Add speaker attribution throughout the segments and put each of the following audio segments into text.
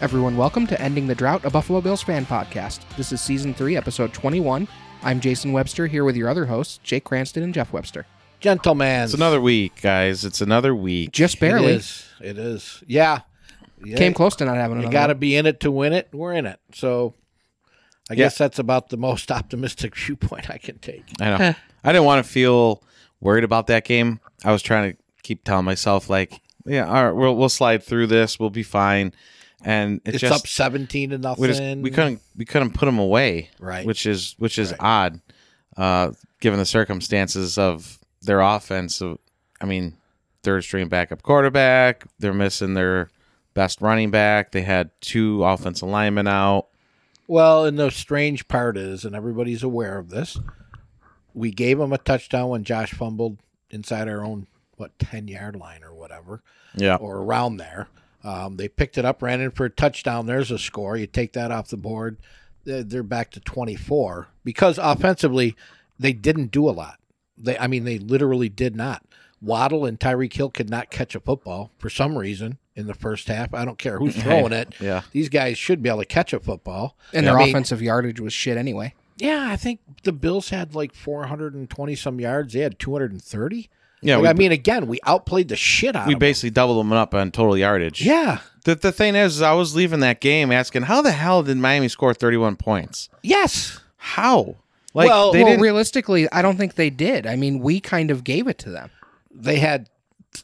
Speaker 1: Everyone, welcome to Ending the Drought, a Buffalo Bills fan podcast. This is season three, episode 21. I'm Jason Webster here with your other hosts, Jake Cranston and Jeff Webster.
Speaker 2: Gentlemen.
Speaker 3: It's another week, guys. It's another week.
Speaker 1: Just
Speaker 2: It
Speaker 1: barely
Speaker 2: is. It is. Yeah. yeah.
Speaker 1: came close to not having
Speaker 2: You
Speaker 1: another.
Speaker 2: got to be in it to win it. We're in it. So I
Speaker 3: Yeah.
Speaker 2: guess that's about the most optimistic viewpoint I can take.
Speaker 3: I know. I didn't want to feel worried about that game. I was trying to keep telling myself, like, yeah, all right, we'll we'll slide through this. We'll be fine. And it
Speaker 2: It's
Speaker 3: just
Speaker 2: up 17 to nothing.
Speaker 3: we just we couldn't we couldn't put them away,
Speaker 2: Right.
Speaker 3: Which is which is odd, uh, given the circumstances of their offense. Of- I mean, third string backup quarterback. They're missing their best running back. They had two offensive linemen out.
Speaker 2: Well, and the strange part is, and everybody's aware of this, we gave him a touchdown when Josh fumbled inside our own, what, 10 yard line or whatever.
Speaker 3: Yeah,
Speaker 2: or around there. Um, they picked it up, ran in for a touchdown. There's a score. You take that off the board. They're, they're back to 24 because offensively, they didn't do a lot. They, I mean, they literally did not. Waddle and Tyreek Hill could not catch a football for some reason in the first half. I don't care who's throwing it.
Speaker 3: yeah.
Speaker 2: These guys should be able to catch a football.
Speaker 1: and their
Speaker 2: I mean-
Speaker 1: offensive yardage was shit anyway.
Speaker 2: Yeah, I think the Bills had like 420 some yards. They had 230.
Speaker 3: Yeah,
Speaker 2: Like,
Speaker 3: we-
Speaker 2: I mean, again, we outplayed the shit out
Speaker 3: We
Speaker 2: of them.
Speaker 3: basically doubled them up on total yardage.
Speaker 2: Yeah.
Speaker 3: The, the thing is, is I was leaving that game asking, how the hell did Miami score 31 points?
Speaker 2: Yes.
Speaker 3: How? Like
Speaker 2: Well-
Speaker 3: they
Speaker 1: well,
Speaker 3: didn't.
Speaker 1: realistically, I don't think they did. I mean, we kind of gave it to them.
Speaker 2: they had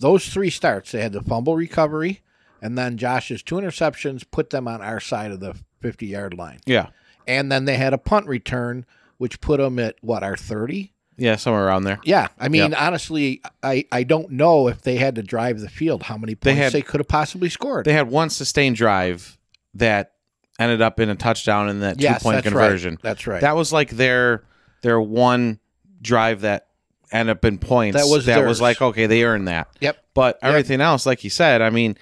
Speaker 2: those three starts. They had the fumble recovery, and then Josh's two interceptions put them on our side of the 50 yard line.
Speaker 3: yeah,
Speaker 2: And then they had a punt return, which put them at what, our 30?
Speaker 3: yeah, somewhere around there.
Speaker 2: Yeah. I mean, honestly, I, I don't know if they had to drive the field how many points they,
Speaker 3: had-
Speaker 2: could have possibly scored.
Speaker 3: They had one sustained drive that ended up in a touchdown and that
Speaker 2: yes,
Speaker 3: two point
Speaker 2: that's
Speaker 3: conversion.
Speaker 2: Right. That's right.
Speaker 3: That was like their their one drive that ended up in points.
Speaker 2: That was
Speaker 3: that
Speaker 2: theirs.
Speaker 3: was like okay, they earned that.
Speaker 2: yep.
Speaker 3: But everything else, like you said, I mean,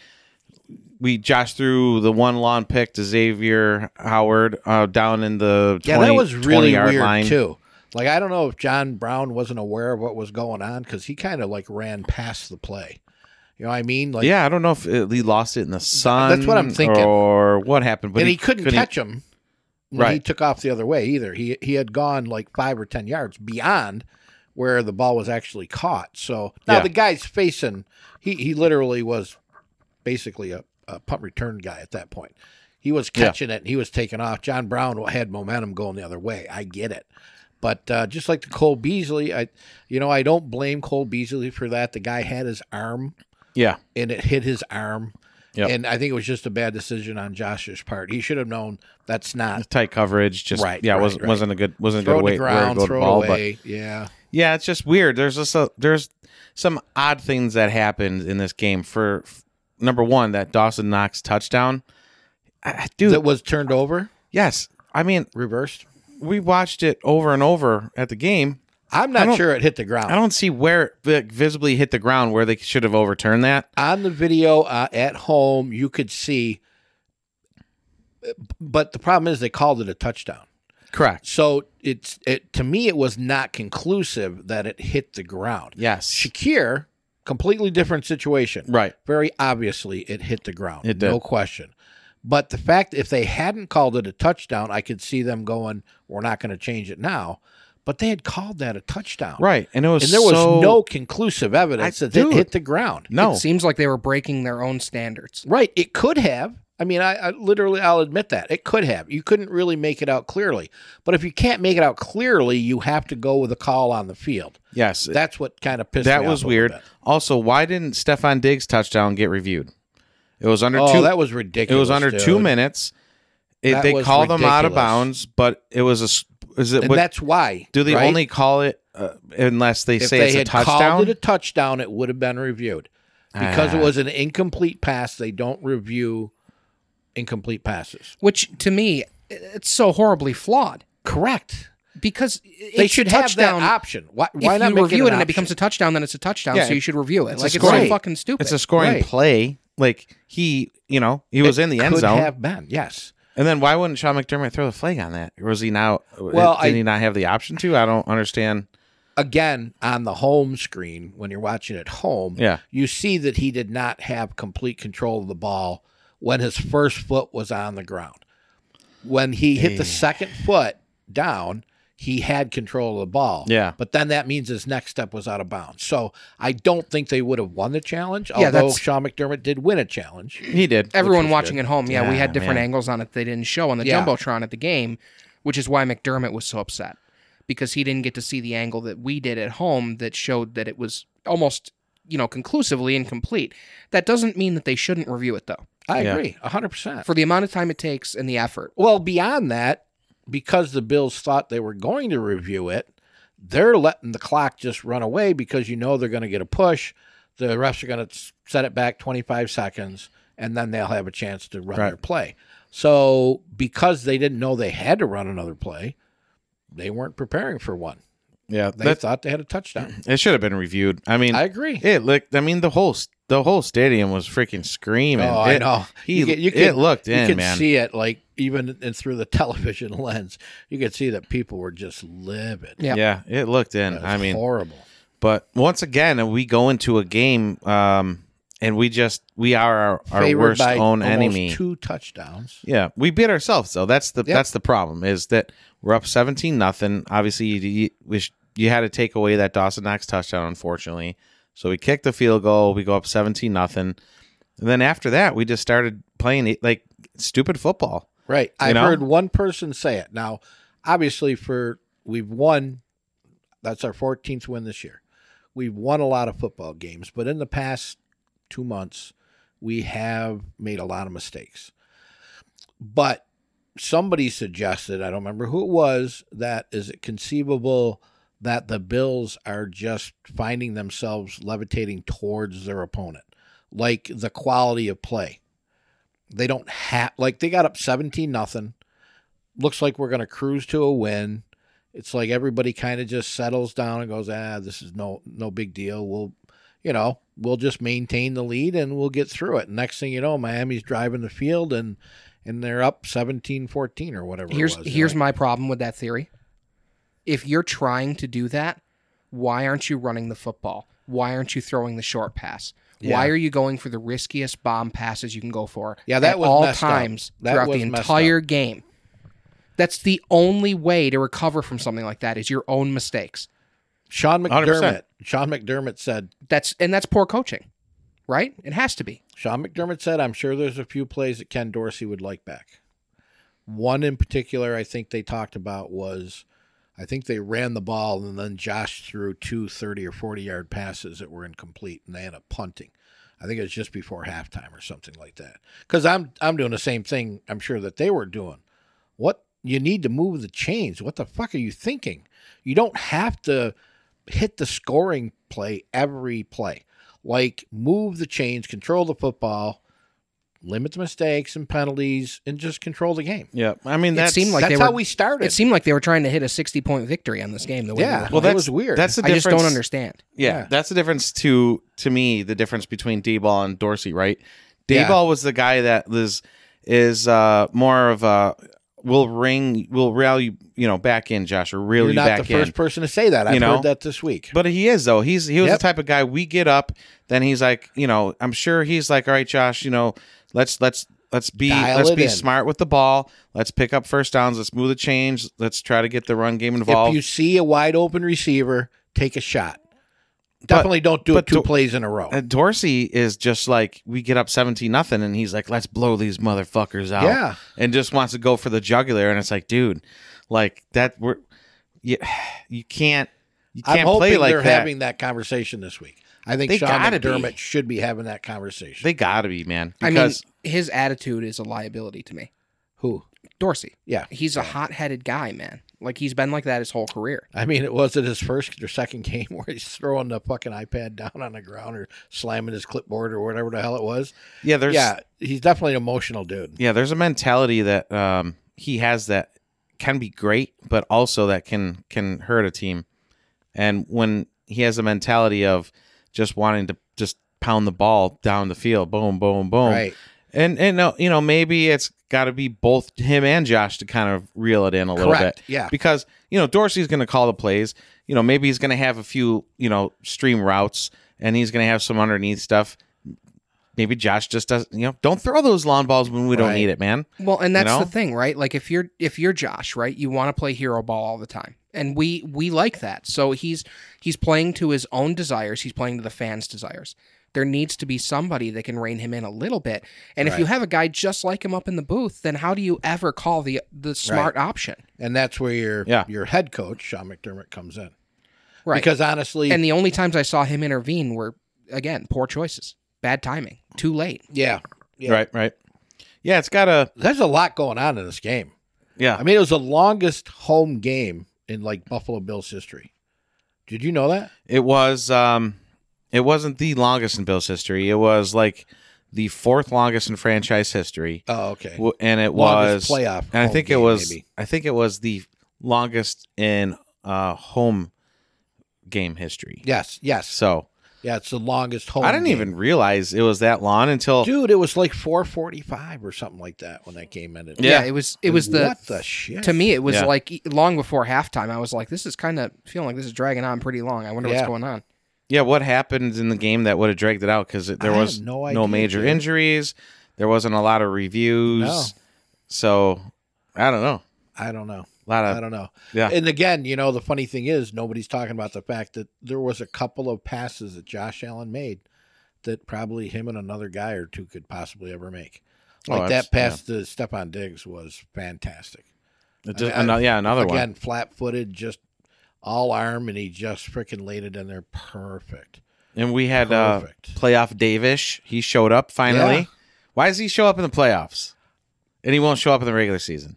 Speaker 3: we Josh threw the one lawn pick to Xavier Howard uh, down in the 20,
Speaker 2: Yeah, that was really
Speaker 3: 20-yard
Speaker 2: weird
Speaker 3: line.
Speaker 2: too. Like I don't know if John Brown wasn't aware of what was going on because he kind of like ran past the play. You know what I mean? Like
Speaker 3: yeah, I don't know if it, he lost it in the sun.
Speaker 2: what I'm thinking.
Speaker 3: or what happened. But
Speaker 2: and he, couldn't catch him when he
Speaker 3: Right.
Speaker 2: took off the other way either. He he had gone like five or ten yards beyond where the ball was actually caught. So now
Speaker 3: Yeah.
Speaker 2: the guy's facing he he literally was basically a, a punt return guy at that point. He was
Speaker 3: Yeah.
Speaker 2: catching it and he was taking off. John Brown had momentum going the other way. I get it. But uh, just like the Cole Beasley, I you know, I don't blame Cole Beasley for that. The guy had his arm
Speaker 3: Yeah,
Speaker 2: and it hit his arm.
Speaker 3: Yep.
Speaker 2: And I think it was just a bad decision on Josh's part. He should have known that's not
Speaker 3: tight coverage. Just
Speaker 2: Right,
Speaker 3: Yeah,
Speaker 2: right,
Speaker 3: wasn't
Speaker 2: right.
Speaker 3: wasn't a good wasn't a
Speaker 2: throw it
Speaker 3: good
Speaker 2: to
Speaker 3: way
Speaker 2: the
Speaker 3: where to
Speaker 2: ground,
Speaker 3: go to
Speaker 2: throw
Speaker 3: the ball.
Speaker 2: it
Speaker 3: But
Speaker 2: away. yeah.
Speaker 3: yeah, it's just weird. There's just a, there's some odd things that happened in this game. For f- number one, that Dawson Knox touchdown, I- I, dude.
Speaker 2: That was turned over,
Speaker 3: yes, I mean
Speaker 2: reversed.
Speaker 3: we watched it over and over at the game.
Speaker 2: I'm
Speaker 3: I
Speaker 2: not
Speaker 3: don't-
Speaker 2: sure it hit the
Speaker 3: I
Speaker 2: ground.
Speaker 3: don't see where it vi- visibly hit the ground where they should have overturned that.
Speaker 2: On the video uh, at home, you could see, but the problem is they called it a touchdown.
Speaker 3: Correct.
Speaker 2: So it's it to me it was not conclusive that it hit the ground.
Speaker 3: Yes.
Speaker 2: Shakir, completely different situation.
Speaker 3: Right.
Speaker 2: very obviously it hit the ground.
Speaker 3: It did.
Speaker 2: No question. But the fact if they hadn't called it a touchdown, I could see them going, we're not going to change it now. But they had called that a touchdown.
Speaker 3: Right. And it was
Speaker 2: And there was
Speaker 3: so-
Speaker 2: no conclusive evidence
Speaker 3: I-
Speaker 2: that it
Speaker 3: dude.
Speaker 2: hit the ground.
Speaker 3: no
Speaker 1: It seems like they were breaking their own standards.
Speaker 2: Right. It could have. I mean, I, I literally, I'll admit that. It could have. You couldn't really make it out clearly. But if you can't make it out clearly, you have to go with a call on the field.
Speaker 3: Yes,
Speaker 2: That's what kind of pissed me
Speaker 3: that
Speaker 2: off
Speaker 3: was
Speaker 2: a little
Speaker 3: weird.
Speaker 2: bit.
Speaker 3: Also, why didn't Stefan Diggs touchdown get reviewed? It was under
Speaker 2: Oh,
Speaker 3: two.
Speaker 2: that was
Speaker 3: it
Speaker 2: ridiculous.
Speaker 3: was under two
Speaker 2: dude.
Speaker 3: minutes. It,
Speaker 2: That
Speaker 3: they
Speaker 2: was
Speaker 3: called him out of
Speaker 2: ridiculous.
Speaker 3: bounds, but it was a. s- Is it?
Speaker 2: And
Speaker 3: What,
Speaker 2: that's why.
Speaker 3: do they
Speaker 2: right?
Speaker 3: only call it uh, unless they
Speaker 2: If
Speaker 3: say
Speaker 2: they
Speaker 3: it's
Speaker 2: had
Speaker 3: a touchdown?
Speaker 2: called it a touchdown, it would have been reviewed because it
Speaker 3: Ah.
Speaker 2: was an incomplete pass. They don't review incomplete passes.
Speaker 1: Which to me, it's so horribly flawed
Speaker 2: Correct.
Speaker 1: because it-
Speaker 2: They
Speaker 1: it's
Speaker 2: should have
Speaker 1: touchdown.
Speaker 2: that option. Why, why
Speaker 1: if
Speaker 2: not
Speaker 1: you
Speaker 2: make
Speaker 1: review it,
Speaker 2: it, an
Speaker 1: and it
Speaker 2: option?
Speaker 1: becomes a touchdown, then it's a touchdown.
Speaker 3: Yeah,
Speaker 1: so you should review it.
Speaker 3: it's a
Speaker 1: like it's
Speaker 3: scoring-
Speaker 1: so fucking stupid.
Speaker 3: it's a scoring
Speaker 2: Right.
Speaker 3: play. Like he, you know, he was in the end
Speaker 2: Could
Speaker 3: zone,
Speaker 2: have been yes.
Speaker 3: and then why wouldn't Sean McDermott throw the flag on that? Or Was he now?
Speaker 2: Well,
Speaker 3: Well,
Speaker 2: I-
Speaker 3: did he not have the option to? I don't understand.
Speaker 2: Again, on the home screen when you're watching at home,
Speaker 3: Yeah.
Speaker 2: you see that he did not have complete control of the ball when his first foot was on the ground. When he hit the
Speaker 3: Yeah.
Speaker 2: second foot down, he had control of the ball.
Speaker 3: Yeah.
Speaker 2: But then that means his next step was out of bounds. So I don't think they would have won the challenge,
Speaker 1: Yeah,
Speaker 2: although
Speaker 1: that's-
Speaker 2: Sean McDermott did win a challenge.
Speaker 3: He did. which
Speaker 1: Everyone
Speaker 3: was
Speaker 1: watching at
Speaker 3: good.
Speaker 1: home, yeah, we had
Speaker 3: Yeah,
Speaker 1: different
Speaker 3: man.
Speaker 1: angles on it they didn't show on the
Speaker 2: Yeah.
Speaker 1: jumbotron at the game, which is why McDermott was so upset because he didn't get to see the angle that we did at home that showed that it was almost you know conclusively incomplete. That doesn't mean that they shouldn't review it though.
Speaker 2: I
Speaker 3: Yeah.
Speaker 2: agree, 100%.
Speaker 1: For the amount of time it takes and the effort,
Speaker 2: Well, beyond that, because the Bills thought they were going to review it, they're letting the clock just run away because you know they're going to get a push. The refs are going to set it back 25 seconds, and then they'll have a chance to run
Speaker 3: Right.
Speaker 2: their play. So, because they didn't know they had to run another play, they weren't preparing for one.
Speaker 3: Yeah,
Speaker 2: They
Speaker 3: that,
Speaker 2: thought they had a touchdown.
Speaker 3: it should have been reviewed. I mean,
Speaker 2: I agree.
Speaker 3: it looked. I mean, the whole s- the whole stadium was freaking screaming.
Speaker 2: oh, I
Speaker 3: It-
Speaker 2: know.
Speaker 3: He
Speaker 2: You could- you
Speaker 3: it
Speaker 2: could-
Speaker 3: looked
Speaker 2: you
Speaker 3: in,
Speaker 2: could
Speaker 3: man.
Speaker 2: see it like even in, through the television lens. You could see that people were just livid.
Speaker 1: Yeah.
Speaker 3: yeah. it looked in.
Speaker 2: It was
Speaker 3: I mean,
Speaker 2: horrible.
Speaker 3: but once again, we go into a game, um, and we just we are our, our
Speaker 2: favored
Speaker 3: worst
Speaker 2: by
Speaker 3: own
Speaker 2: almost
Speaker 3: enemy.
Speaker 2: Two touchdowns.
Speaker 3: Yeah, we beat ourselves though. That's the
Speaker 2: Yep.
Speaker 3: that's the problem is that we're up seventeen nothing. Obviously, you, you, we sh- you had to take away that Dawson Knox touchdown, unfortunately. So we kicked the field goal. We go up seventeen nothing, and then after that, we just started playing like stupid football.
Speaker 2: Right.
Speaker 3: You
Speaker 2: I've
Speaker 3: know?
Speaker 2: heard one person say it. Now, obviously, for we've won. That's our 14th win this year. We've won a lot of football games, but in the past two months, we have made a lot of mistakes. But somebody suggested, I don't remember who it was, that is it conceivable that the Bills are just finding themselves levitating towards their opponent, like the quality of play. They don't have like they got up seventeen nothing. Looks like we're gonna cruise to a win. It's like everybody kind of just settles down and goes, ah, this is no no big deal. We'll, you know, we'll just maintain the lead and we'll get through it. Next thing you know, Miami's driving the field and and they're up 17-14 or whatever.
Speaker 1: here's
Speaker 2: it was.
Speaker 1: here's
Speaker 2: Like,
Speaker 1: my problem with that theory. If you're trying to do that, why aren't you running the football? Why aren't you throwing the short pass? Why
Speaker 2: Yeah.
Speaker 1: are you going for the riskiest bomb passes you can go for?
Speaker 2: Yeah, that
Speaker 1: at
Speaker 2: was
Speaker 1: all
Speaker 2: messed up.
Speaker 1: times
Speaker 2: That
Speaker 1: throughout
Speaker 2: was
Speaker 1: the
Speaker 2: messed
Speaker 1: entire game. That's the only way to recover from something like that is your own mistakes.
Speaker 2: Sean
Speaker 3: 100%.
Speaker 2: McDermott. Sean McDermott said
Speaker 1: That's and that's poor coaching, right? It has to be.
Speaker 2: Sean McDermott said, I'm sure there's a few plays that Ken Dorsey would like back. One in particular, I think they talked about was I think they ran the ball and then Josh threw two 30 or 40 yard passes that were incomplete and they ended up punting. I think it was just before halftime or something like that. Because I'm I'm doing the same thing I'm sure that they were doing. What you need to move the chains. What the fuck are you thinking? You don't have to hit the scoring play every play. Like move the chains, control the football, limit the mistakes and penalties, and just control the game.
Speaker 3: Yeah, I mean that
Speaker 1: it seemed like
Speaker 2: That's
Speaker 1: they
Speaker 2: how
Speaker 1: were.
Speaker 2: we started.
Speaker 1: it seemed like they were trying to hit a sixty-point victory on this game. The way they
Speaker 2: yeah,
Speaker 1: were
Speaker 2: well,
Speaker 1: playing.
Speaker 2: that
Speaker 3: that's-
Speaker 2: was weird.
Speaker 3: that's the
Speaker 1: I just
Speaker 3: difference.
Speaker 1: don't understand.
Speaker 3: Yeah,
Speaker 2: Yeah.
Speaker 3: that's the difference to to me. The difference between D ball and Dorsey, right? D
Speaker 2: Yeah.
Speaker 3: ball was the guy that was is uh, more of a will ring will rail you you know back in Josh or reel
Speaker 2: You're
Speaker 3: you
Speaker 2: not
Speaker 3: back
Speaker 2: the first
Speaker 3: in.
Speaker 2: person to say that. I've
Speaker 3: You know?
Speaker 2: heard that this week.
Speaker 3: But he is though. He's he was
Speaker 2: Yep.
Speaker 3: the type of guy we get up, then he's like, you know, I'm sure he's like, all right, Josh, you know, let's let's let's be
Speaker 2: Dial
Speaker 3: let's
Speaker 2: it
Speaker 3: be
Speaker 2: in.
Speaker 3: smart with the ball. Let's pick up first downs. Let's move the change. Let's try to get the run game
Speaker 2: if
Speaker 3: involved.
Speaker 2: you see a wide open receiver, take a shot. Definitely don't do it
Speaker 3: but
Speaker 2: two
Speaker 3: do-
Speaker 2: plays in a row.
Speaker 3: And Uh, Dorsey is just like we get up seventeen nothing, and he's like, "Let's blow these motherfuckers out."
Speaker 2: Yeah.
Speaker 3: and just wants to go for the jugular, and it's like, dude, like that we're you, you can't you
Speaker 2: I'm
Speaker 3: can't
Speaker 2: hoping
Speaker 3: play like
Speaker 2: they're
Speaker 3: that.
Speaker 2: having that conversation this week. I think
Speaker 3: They
Speaker 2: Sean
Speaker 3: gotta be.
Speaker 2: McDermott should be having that conversation.
Speaker 3: they gotta be man
Speaker 1: I mean,
Speaker 3: because
Speaker 1: his attitude is a liability to me.
Speaker 2: Who?
Speaker 1: Dorsey.
Speaker 2: Yeah.
Speaker 1: He's a hot headed guy, man. Like he's been like that his whole career.
Speaker 2: I mean, it was it his first or second game where he's throwing the fucking iPad down on the ground or slamming his clipboard or whatever the hell it was.
Speaker 3: yeah, there's
Speaker 2: yeah, he's definitely an emotional dude.
Speaker 3: yeah, there's a mentality that um, he has that can be great, but also that can can hurt a team. And when he has a mentality of just wanting to just pound the ball down the field, boom, boom, boom.
Speaker 2: Right.
Speaker 3: And and no, you know, maybe it's got to be both him and Josh to kind of reel it in a little
Speaker 2: Correct.
Speaker 3: bit.
Speaker 2: Yeah.
Speaker 3: Because, you know, Dorsey's going to call the plays. You know, maybe he's going to have a few, you know, stream routes and he's going to have some underneath stuff. maybe Josh just doesn't. You know, don't throw those long balls when we don't
Speaker 2: Right.
Speaker 3: need it, man.
Speaker 1: Well, and that's
Speaker 3: know?
Speaker 1: the thing, right? Like if you're if you're Josh, right, you want to play hero ball all the time. And we we like that. So he's he's playing to his own desires, he's playing to the fans' desires. There needs to be somebody that can rein him in a little bit. And if you have a guy just like him up in the booth, then how do you ever call the the smart option?
Speaker 2: and that's where your
Speaker 3: Yeah.
Speaker 2: your head coach Sean McDermott comes in.
Speaker 1: Right.
Speaker 2: Because honestly,
Speaker 1: and the only times I saw him intervene were again, poor choices, bad timing, too late.
Speaker 2: yeah, Yeah.
Speaker 3: Right, right. Yeah, it's got a
Speaker 2: there's a lot going on in this game.
Speaker 3: yeah.
Speaker 2: I mean, it was the longest home game in like Buffalo Bills history. Did you know that?
Speaker 3: It was um it wasn't the longest in Bills history. It was like the fourth longest in franchise history.
Speaker 2: Oh, okay.
Speaker 3: W- And it
Speaker 2: Longest
Speaker 3: was
Speaker 2: playoff.
Speaker 3: and I
Speaker 2: home
Speaker 3: think it
Speaker 2: game,
Speaker 3: was
Speaker 2: maybe.
Speaker 3: I think it was the longest in uh home game history.
Speaker 2: Yes, yes,
Speaker 3: So,
Speaker 2: yeah. It's the longest home.
Speaker 3: I didn't
Speaker 2: game.
Speaker 3: even realize it was that long until
Speaker 2: dude. It was like four forty-five or something like that when that game ended.
Speaker 3: Yeah.
Speaker 1: it was it was the
Speaker 2: what the shit
Speaker 1: to me it was
Speaker 3: Yeah.
Speaker 1: like e- long before halftime i was like this is kind of feeling like this is dragging on pretty long i wonder what's
Speaker 2: Yeah.
Speaker 1: going on
Speaker 3: yeah, what happened in the game that would have dragged it out cuz there
Speaker 2: I
Speaker 3: was
Speaker 2: have
Speaker 3: no,
Speaker 2: no idea,
Speaker 3: major
Speaker 2: dude.
Speaker 3: injuries. There wasn't a lot of reviews.
Speaker 2: No.
Speaker 3: So, I don't know.
Speaker 2: I don't know.
Speaker 3: A lot of
Speaker 2: I don't know.
Speaker 3: Uh, yeah.
Speaker 2: And again, you know, the funny thing is nobody's talking about the fact that there was a couple of passes that Josh Allen made that probably him and another guy or two could possibly ever make.
Speaker 3: Oh,
Speaker 2: Like
Speaker 3: abs-
Speaker 2: that pass to Stephon Diggs was fantastic.
Speaker 3: It just-
Speaker 2: I mean, I-
Speaker 3: ano- yeah, another one.
Speaker 2: again, flat footed, just all arm, and he just freaking laid it in there perfect.
Speaker 3: And we had uh,
Speaker 2: Perfect.
Speaker 3: playoff Davish. He showed up finally.
Speaker 2: Yeah.
Speaker 3: Why does he show up in the playoffs? And he won't show up in the regular season.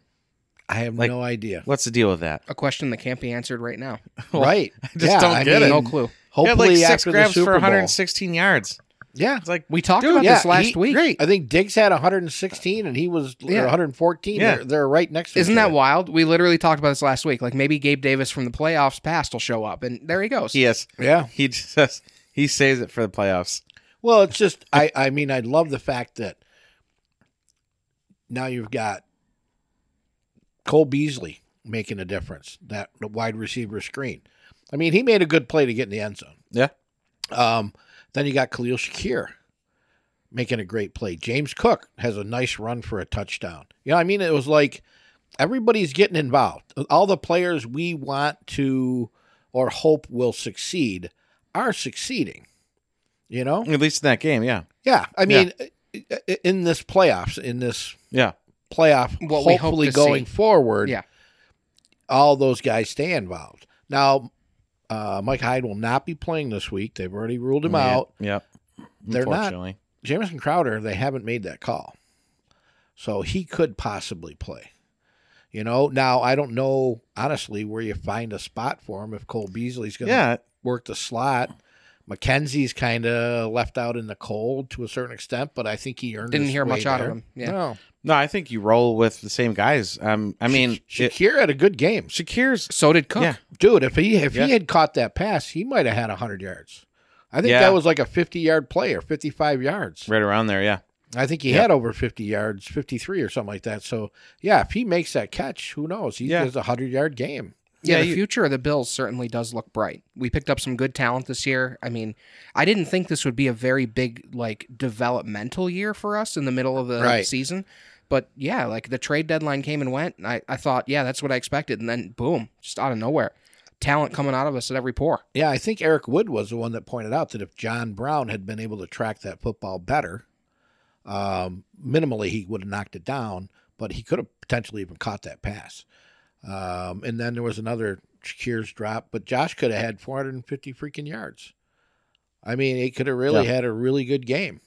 Speaker 2: I have
Speaker 3: like-
Speaker 2: no idea.
Speaker 3: What's the deal with that?
Speaker 1: a question that can't be answered right now
Speaker 2: right.
Speaker 3: I just don't get it.
Speaker 1: no clue
Speaker 3: He had
Speaker 2: Hopefully
Speaker 3: like six
Speaker 2: after the
Speaker 3: grabs for
Speaker 2: Super Bowl.
Speaker 3: 116 yards.
Speaker 2: Yeah.
Speaker 3: It's like
Speaker 1: we talked
Speaker 3: Dude,
Speaker 1: about
Speaker 2: yeah,
Speaker 1: this last
Speaker 2: he-
Speaker 1: week
Speaker 3: great.
Speaker 2: I think Diggs had 116 and he was or
Speaker 1: Yeah.
Speaker 2: 114.
Speaker 3: Yeah.
Speaker 2: They're, they're right next to
Speaker 1: isn't
Speaker 2: each
Speaker 1: that
Speaker 2: other.
Speaker 1: wild we literally talked about this last week like maybe gabe davis from the playoffs past will show up and there he goes
Speaker 3: He has.
Speaker 2: Yeah.
Speaker 3: He just he saves it for the playoffs.
Speaker 2: Well, it's just I I mean I love the fact that now you've got Cole Beasley making a difference that the wide receiver screen. I mean, he made a good play to get in the end zone.
Speaker 3: Yeah.
Speaker 2: Um, then you got Khalil Shakir making a great play. James Cook has a nice run for a touchdown. You know, what I mean, it was like everybody's getting involved. All the players we want to or hope will succeed are succeeding. You know,
Speaker 3: At least in that game. Yeah.
Speaker 2: yeah, I
Speaker 3: Yeah.
Speaker 2: mean, i- i- in this playoffs, in this
Speaker 3: Yeah.
Speaker 2: playoff,
Speaker 1: What we hope
Speaker 2: hopefully
Speaker 1: to
Speaker 2: going
Speaker 1: see.
Speaker 2: forward,
Speaker 1: Yeah.
Speaker 2: all those guys stay involved. Now, uh, Mike Hyde will not be playing this week. They've already ruled him out.
Speaker 3: Yeah. Yep.
Speaker 2: They're not-
Speaker 3: Unfortunately.
Speaker 2: Jamison Crowder, they haven't made that call, so he could possibly play. You know, now I don't know honestly where you find a spot for him if Cole Beasley's going to
Speaker 3: Yeah.
Speaker 2: work the slot. McKenzie's kind of left out in the cold to a certain extent, but I think he earned.
Speaker 1: didn't
Speaker 2: his
Speaker 1: hear
Speaker 2: way
Speaker 1: much out of
Speaker 2: there.
Speaker 1: him yeah
Speaker 2: No,
Speaker 3: No, I think you roll with the same guys. Um, I mean,
Speaker 2: Sha-
Speaker 3: it-
Speaker 2: Shakir had a good game,
Speaker 3: Shakir's
Speaker 1: so did cook
Speaker 3: Yeah.
Speaker 2: dude. If he if
Speaker 3: Yeah.
Speaker 2: he had caught that pass, he might have had hundred yards. I think
Speaker 3: Yeah.
Speaker 2: that was like a fifty yard play or fifty five yards.
Speaker 3: right around there. Yeah.
Speaker 2: I think he
Speaker 3: Yeah.
Speaker 2: had over fifty yards, fifty three or something like that. So yeah, if he makes that catch, who knows? He
Speaker 3: Yeah.
Speaker 2: has a hundred yard game.
Speaker 1: Yeah,
Speaker 3: Yeah,
Speaker 1: the
Speaker 3: you-
Speaker 1: future of the Bills certainly does look bright. We picked up some good talent this year. I mean, I didn't think this would be a very big like developmental year for us in the middle of the
Speaker 2: Right.
Speaker 1: season. But yeah, like the trade deadline came and went. And I, I thought, yeah, that's what I expected. And then boom, just out of nowhere. Talent coming out of us at every pore.
Speaker 2: Yeah, I think Eric Wood was the one that pointed out that if John Brown had been able to track that football better, um, minimally he would have knocked it down, but he could have potentially even caught that pass. Um, and then there was another Shakir's drop, but Josh could have had 450 freaking yards. I mean, he could have really
Speaker 3: Yeah.
Speaker 2: had a really good game,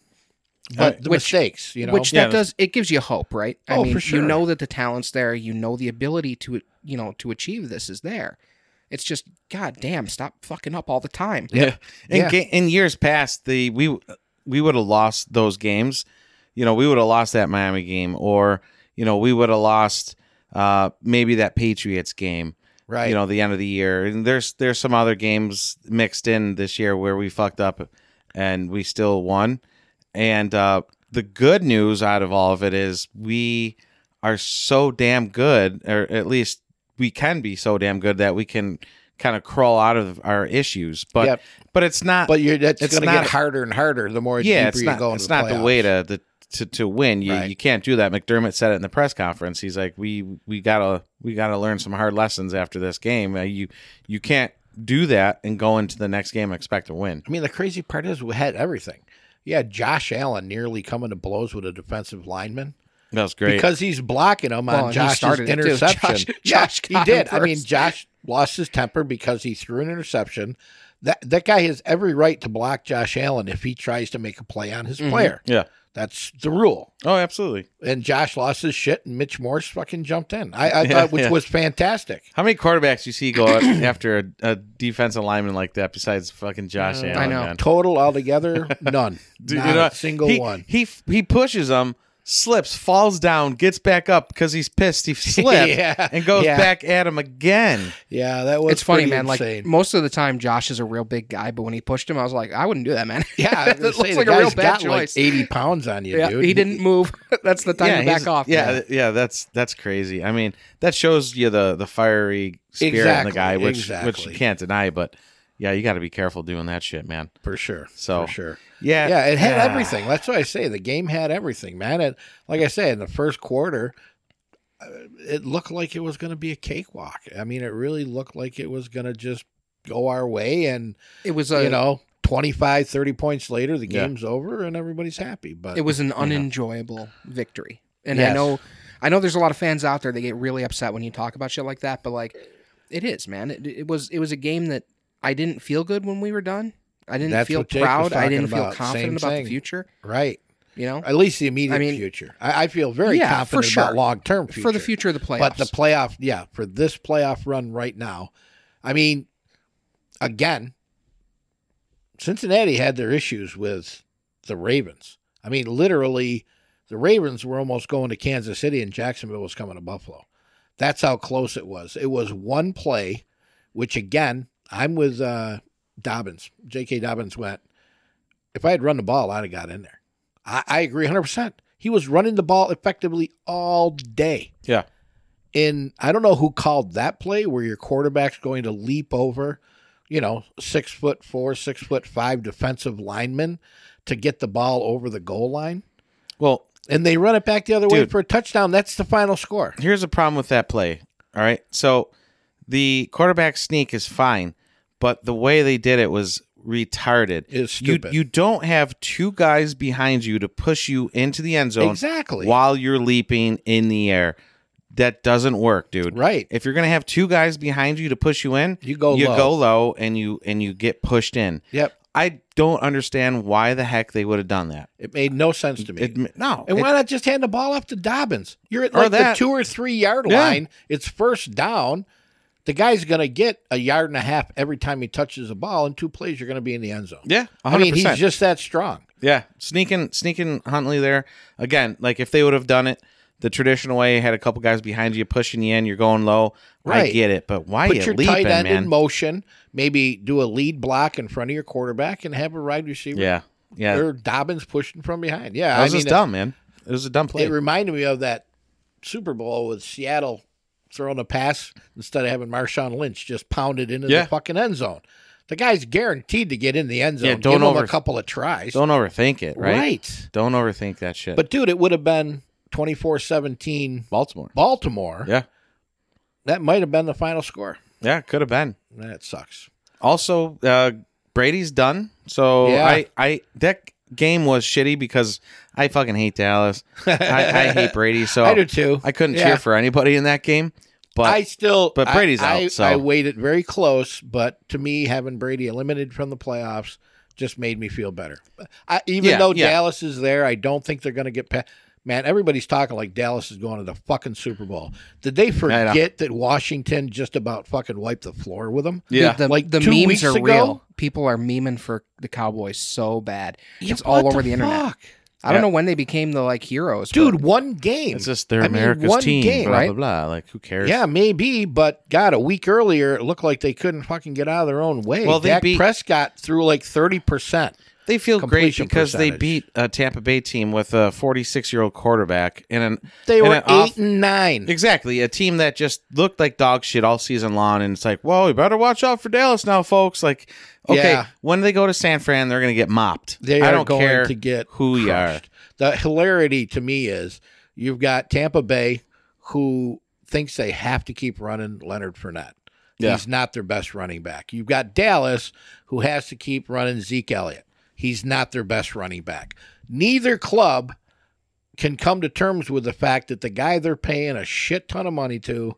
Speaker 3: Uh,
Speaker 2: but the
Speaker 1: which-
Speaker 2: mistakes, you know,
Speaker 1: Which
Speaker 3: Yeah,
Speaker 1: that
Speaker 3: that's-
Speaker 1: does it gives you hope, right? I
Speaker 2: Oh,
Speaker 1: mean,
Speaker 2: for
Speaker 1: you
Speaker 2: sure.
Speaker 1: know that the talent's there, you know the ability to you know to achieve this is there. It's just goddamn, stop fucking up all the time.
Speaker 3: Yeah. In,
Speaker 2: Yeah.
Speaker 3: ga- in years past, the we we would have lost those games. You know, we would have lost that Miami game, or you know, we would have lost uh, maybe that Patriots game.
Speaker 2: right?
Speaker 3: You know, the end of the year, and there's there's some other games mixed in this year where we fucked up, and we still won. And uh, the good news out of all of it is we are so damn good, or at least we can be so damn good that we can kind of crawl out of our issues. But
Speaker 2: Yep.
Speaker 3: but it's not.
Speaker 2: But you're that's
Speaker 3: Uh, It's
Speaker 2: going to
Speaker 3: not-
Speaker 2: get harder and harder the more
Speaker 3: yeah,
Speaker 2: deeper
Speaker 3: it's
Speaker 2: you
Speaker 3: not.
Speaker 2: go.
Speaker 3: It's
Speaker 2: into the
Speaker 3: not the
Speaker 2: playoffs.
Speaker 3: way to the, to to win. You
Speaker 2: Right.
Speaker 3: you can't do that. McDermott said it in the press conference. He's like, we we gotta we gotta learn some hard lessons after this game. Uh, You you can't do that and go into the next game and expect to win.
Speaker 2: I mean, the crazy part is we had everything. You had Josh Allen nearly coming to blows with a defensive lineman
Speaker 3: That was great.
Speaker 2: because he's blocking him
Speaker 1: Well,
Speaker 2: on
Speaker 1: and he
Speaker 2: Josh's
Speaker 1: started it, too.
Speaker 2: interception.
Speaker 1: Josh-
Speaker 2: Yeah,
Speaker 1: Josh
Speaker 2: he
Speaker 1: got him
Speaker 2: did. I mean,
Speaker 1: first.
Speaker 2: Josh lost his temper because he threw an interception. That that guy has every right to block Josh Allen if he tries to make a play on his
Speaker 1: Mhm.
Speaker 2: player.
Speaker 3: Mm-hmm. Yeah.
Speaker 2: That's the rule.
Speaker 3: oh, absolutely.
Speaker 2: And Josh lost his shit, and Mitch Morse fucking jumped in. I, I
Speaker 3: Yeah,
Speaker 2: thought, which
Speaker 3: yeah.
Speaker 2: was fantastic.
Speaker 3: How many quarterbacks you see go out after a, a defensive lineman like that besides fucking Josh
Speaker 1: Mm,
Speaker 3: Allen?
Speaker 1: I know.
Speaker 3: man?
Speaker 2: Total altogether, none.
Speaker 3: Dude,
Speaker 2: Uh, Not
Speaker 3: you know,
Speaker 2: a single
Speaker 3: he,
Speaker 2: one.
Speaker 3: He he pushes him, slips, falls down, gets back up because he's pissed. He slipped
Speaker 2: Yeah,
Speaker 3: and goes
Speaker 2: yeah.
Speaker 3: back at him again.
Speaker 2: Yeah, that was
Speaker 1: it's funny,
Speaker 2: pretty
Speaker 1: man.
Speaker 2: insane.
Speaker 1: Like most of the time, Josh is a real big guy, but when he pushed him, I was like, I wouldn't do that, man.
Speaker 2: Yeah,
Speaker 1: that looks like a real bad
Speaker 2: got
Speaker 1: choice.
Speaker 2: Like Eighty pounds on you,
Speaker 1: yeah,
Speaker 2: dude.
Speaker 1: he didn't move. That's the time to
Speaker 3: he's-
Speaker 1: back off.
Speaker 3: Yeah,
Speaker 1: man.
Speaker 3: th- yeah, that's that's crazy. I mean, that shows you the the fiery spirit in
Speaker 2: Exactly,
Speaker 3: the guy, which which
Speaker 2: exactly.
Speaker 3: you can't deny. But yeah, you got to be careful doing that shit, man.
Speaker 2: for sure.
Speaker 3: So-
Speaker 2: for sure.
Speaker 3: Yeah,
Speaker 2: Yeah, it had
Speaker 3: yeah.
Speaker 2: everything. That's what I say. The game had everything, man. It, like I said, in the first quarter, uh, it looked like it was going to be a cakewalk. I mean, it really looked like it was going to just go our way, and
Speaker 1: It was a
Speaker 2: you know, 25, 30 points later, the
Speaker 3: Yeah.
Speaker 2: game's over, and everybody's happy. But
Speaker 1: it was an unenjoyable victory. And I
Speaker 2: Yes.
Speaker 1: know I know there's a lot of fans out there that get really upset when you talk about shit like that, but like it is, man. It, it was it was a game that I didn't feel good when we were done. I didn't
Speaker 2: That's
Speaker 1: feel
Speaker 2: what Jake was
Speaker 1: proud. I
Speaker 2: talking
Speaker 1: didn't feel
Speaker 2: about. Same
Speaker 1: confident about
Speaker 2: thing.
Speaker 1: the future,
Speaker 2: right,
Speaker 1: you know?
Speaker 2: at least the immediate
Speaker 1: I mean-
Speaker 2: future. I, I feel very
Speaker 1: Yeah,
Speaker 2: confident
Speaker 1: for sure.
Speaker 2: about long term future
Speaker 1: For the future of the playoffs.
Speaker 2: But the playoff, yeah, for this playoff run right now, I mean, again, Cincinnati had their issues with the Ravens. I mean, literally, the Ravens were almost going to Kansas City and Jacksonville was coming to Buffalo. That's how close it was. It was one play, which again, I'm with uh, Dobbins. J.K. Dobbins went, if I had run the ball, I'd have got in there. I, I agree 100%. He was running the ball effectively all day
Speaker 3: yeah.
Speaker 2: in I don't know who called that play where your quarterback's going to leap over, you know, six foot four, six foot five defensive linemen to get the ball over the goal line.
Speaker 3: Well,
Speaker 2: And they run it back the other way
Speaker 3: Dude.
Speaker 2: for a touchdown. That's the final score.
Speaker 3: here's a problem with that play. All right. So the quarterback sneak is fine, but the way they did it was retarded.
Speaker 2: It's
Speaker 3: You,
Speaker 2: stupid.
Speaker 3: you don't have two guys behind you to push you into the end zone
Speaker 2: exactly.
Speaker 3: while you're leaping in the air. That doesn't work, dude.
Speaker 2: Right.
Speaker 3: If you're gonna have two guys behind you to push you in,
Speaker 2: You go
Speaker 3: you
Speaker 2: low.
Speaker 3: go low and you and you get pushed in.
Speaker 2: Yep.
Speaker 3: I don't understand why the heck they would have done that.
Speaker 2: It made no sense to me.
Speaker 3: It, no,
Speaker 2: and
Speaker 3: it-
Speaker 2: why not just hand the ball off to Dobbins? You're at
Speaker 3: Or
Speaker 2: like the
Speaker 3: that.
Speaker 2: two or three yard
Speaker 3: Yeah.
Speaker 2: line. It's first down. The guy's going to get a yard and a half every time he touches the ball. In two plays, you're going to be in the end zone.
Speaker 3: yeah, 100%.
Speaker 2: I mean, he's just that strong.
Speaker 3: Yeah, sneaking sneaking Huntley there again. Like if they would have done it the traditional way, had a couple guys behind you pushing you in, you're going low. I
Speaker 2: Right.
Speaker 3: get it, but why
Speaker 2: Put
Speaker 3: you
Speaker 2: your
Speaker 3: leaping,
Speaker 2: tight end
Speaker 3: man?
Speaker 2: in motion. Maybe do a lead block in front of your quarterback and have a wide receiver
Speaker 3: yeah, yeah.
Speaker 2: or Dobbins pushing from behind. Yeah,
Speaker 3: that
Speaker 2: I
Speaker 3: was
Speaker 2: mean,
Speaker 3: just dumb, man. It was a dumb
Speaker 2: It,
Speaker 3: play.
Speaker 2: it reminded me of that Super Bowl with Seattle throwing a pass instead of having Marshawn Lynch just pounded into
Speaker 3: Yeah.
Speaker 2: the fucking end zone. The guy's guaranteed to get in the end zone.
Speaker 3: Yeah, don't
Speaker 2: Give him
Speaker 3: over-
Speaker 2: a couple of tries.
Speaker 3: Don't overthink it, right?
Speaker 2: right.
Speaker 3: Don't overthink that shit.
Speaker 2: But dude, it would have been 24-17
Speaker 3: Baltimore,
Speaker 2: Baltimore.
Speaker 3: yeah,
Speaker 2: That might have been the final score.
Speaker 3: yeah, could have been.
Speaker 2: That sucks.
Speaker 3: Also, uh, Brady's done. So
Speaker 2: Yeah.
Speaker 3: I, I that game was shitty because I fucking hate Dallas. I, I hate Brady. So
Speaker 2: I do too.
Speaker 3: I couldn't
Speaker 2: Yeah.
Speaker 3: cheer for anybody in that game. But
Speaker 2: I still,
Speaker 3: but
Speaker 2: I-
Speaker 3: Brady's
Speaker 2: I,
Speaker 3: out, so-
Speaker 2: I waited very close, but to me, having Brady eliminated from the playoffs just made me feel better. I, even
Speaker 3: Yeah,
Speaker 2: though
Speaker 3: yeah.
Speaker 2: Dallas is there, I don't think they're going to get past. Man, everybody's talking like Dallas is going to the fucking Super Bowl. Did they
Speaker 3: know.
Speaker 2: forget that Washington just about fucking wiped the floor with them?
Speaker 3: yeah,
Speaker 1: the,
Speaker 2: like
Speaker 1: the
Speaker 2: two
Speaker 1: memes
Speaker 2: weeks
Speaker 1: are
Speaker 2: ago?
Speaker 1: real. People are memeing for the Cowboys so bad. It's all
Speaker 2: What
Speaker 1: over the, internet.
Speaker 2: fuck?
Speaker 1: I don't
Speaker 3: Yeah.
Speaker 1: know when they became the like heroes. but-
Speaker 2: dude. One game.
Speaker 3: It's just they're
Speaker 2: I mean,
Speaker 3: America's
Speaker 2: one
Speaker 3: team,
Speaker 2: game,
Speaker 3: blah
Speaker 1: right?
Speaker 3: blah blah. Like who cares?
Speaker 2: Yeah, maybe, but God, a week earlier, it looked like they couldn't fucking get out of their own way.
Speaker 3: Well, they
Speaker 2: Dak
Speaker 3: beat-
Speaker 2: Prescott threw like thirty percent.
Speaker 3: They feel great
Speaker 2: completion
Speaker 3: because they
Speaker 2: percentage.
Speaker 3: beat a Tampa Bay team with a 46 year old quarterback and an
Speaker 2: They
Speaker 3: and
Speaker 2: were
Speaker 3: an
Speaker 2: eight and nine.
Speaker 3: Exactly. A team that just looked like dog shit all season long. And it's like, whoa, you better watch out for Dallas now, folks. Like, okay,
Speaker 2: Yeah.
Speaker 3: when they go to San Fran, they're going to get mopped.
Speaker 2: They
Speaker 3: I
Speaker 2: are
Speaker 3: don't
Speaker 2: going
Speaker 3: care
Speaker 2: to get
Speaker 3: who you are.
Speaker 2: crushed. The hilarity to me is you've got Tampa Bay who thinks they have to keep running Leonard Fournette.
Speaker 3: Yeah.
Speaker 2: He's not their best running back. You've got Dallas who has to keep running Zeke Elliott. He's not their best running back. Neither club can come to terms with the fact that the guy they're paying a shit ton of money to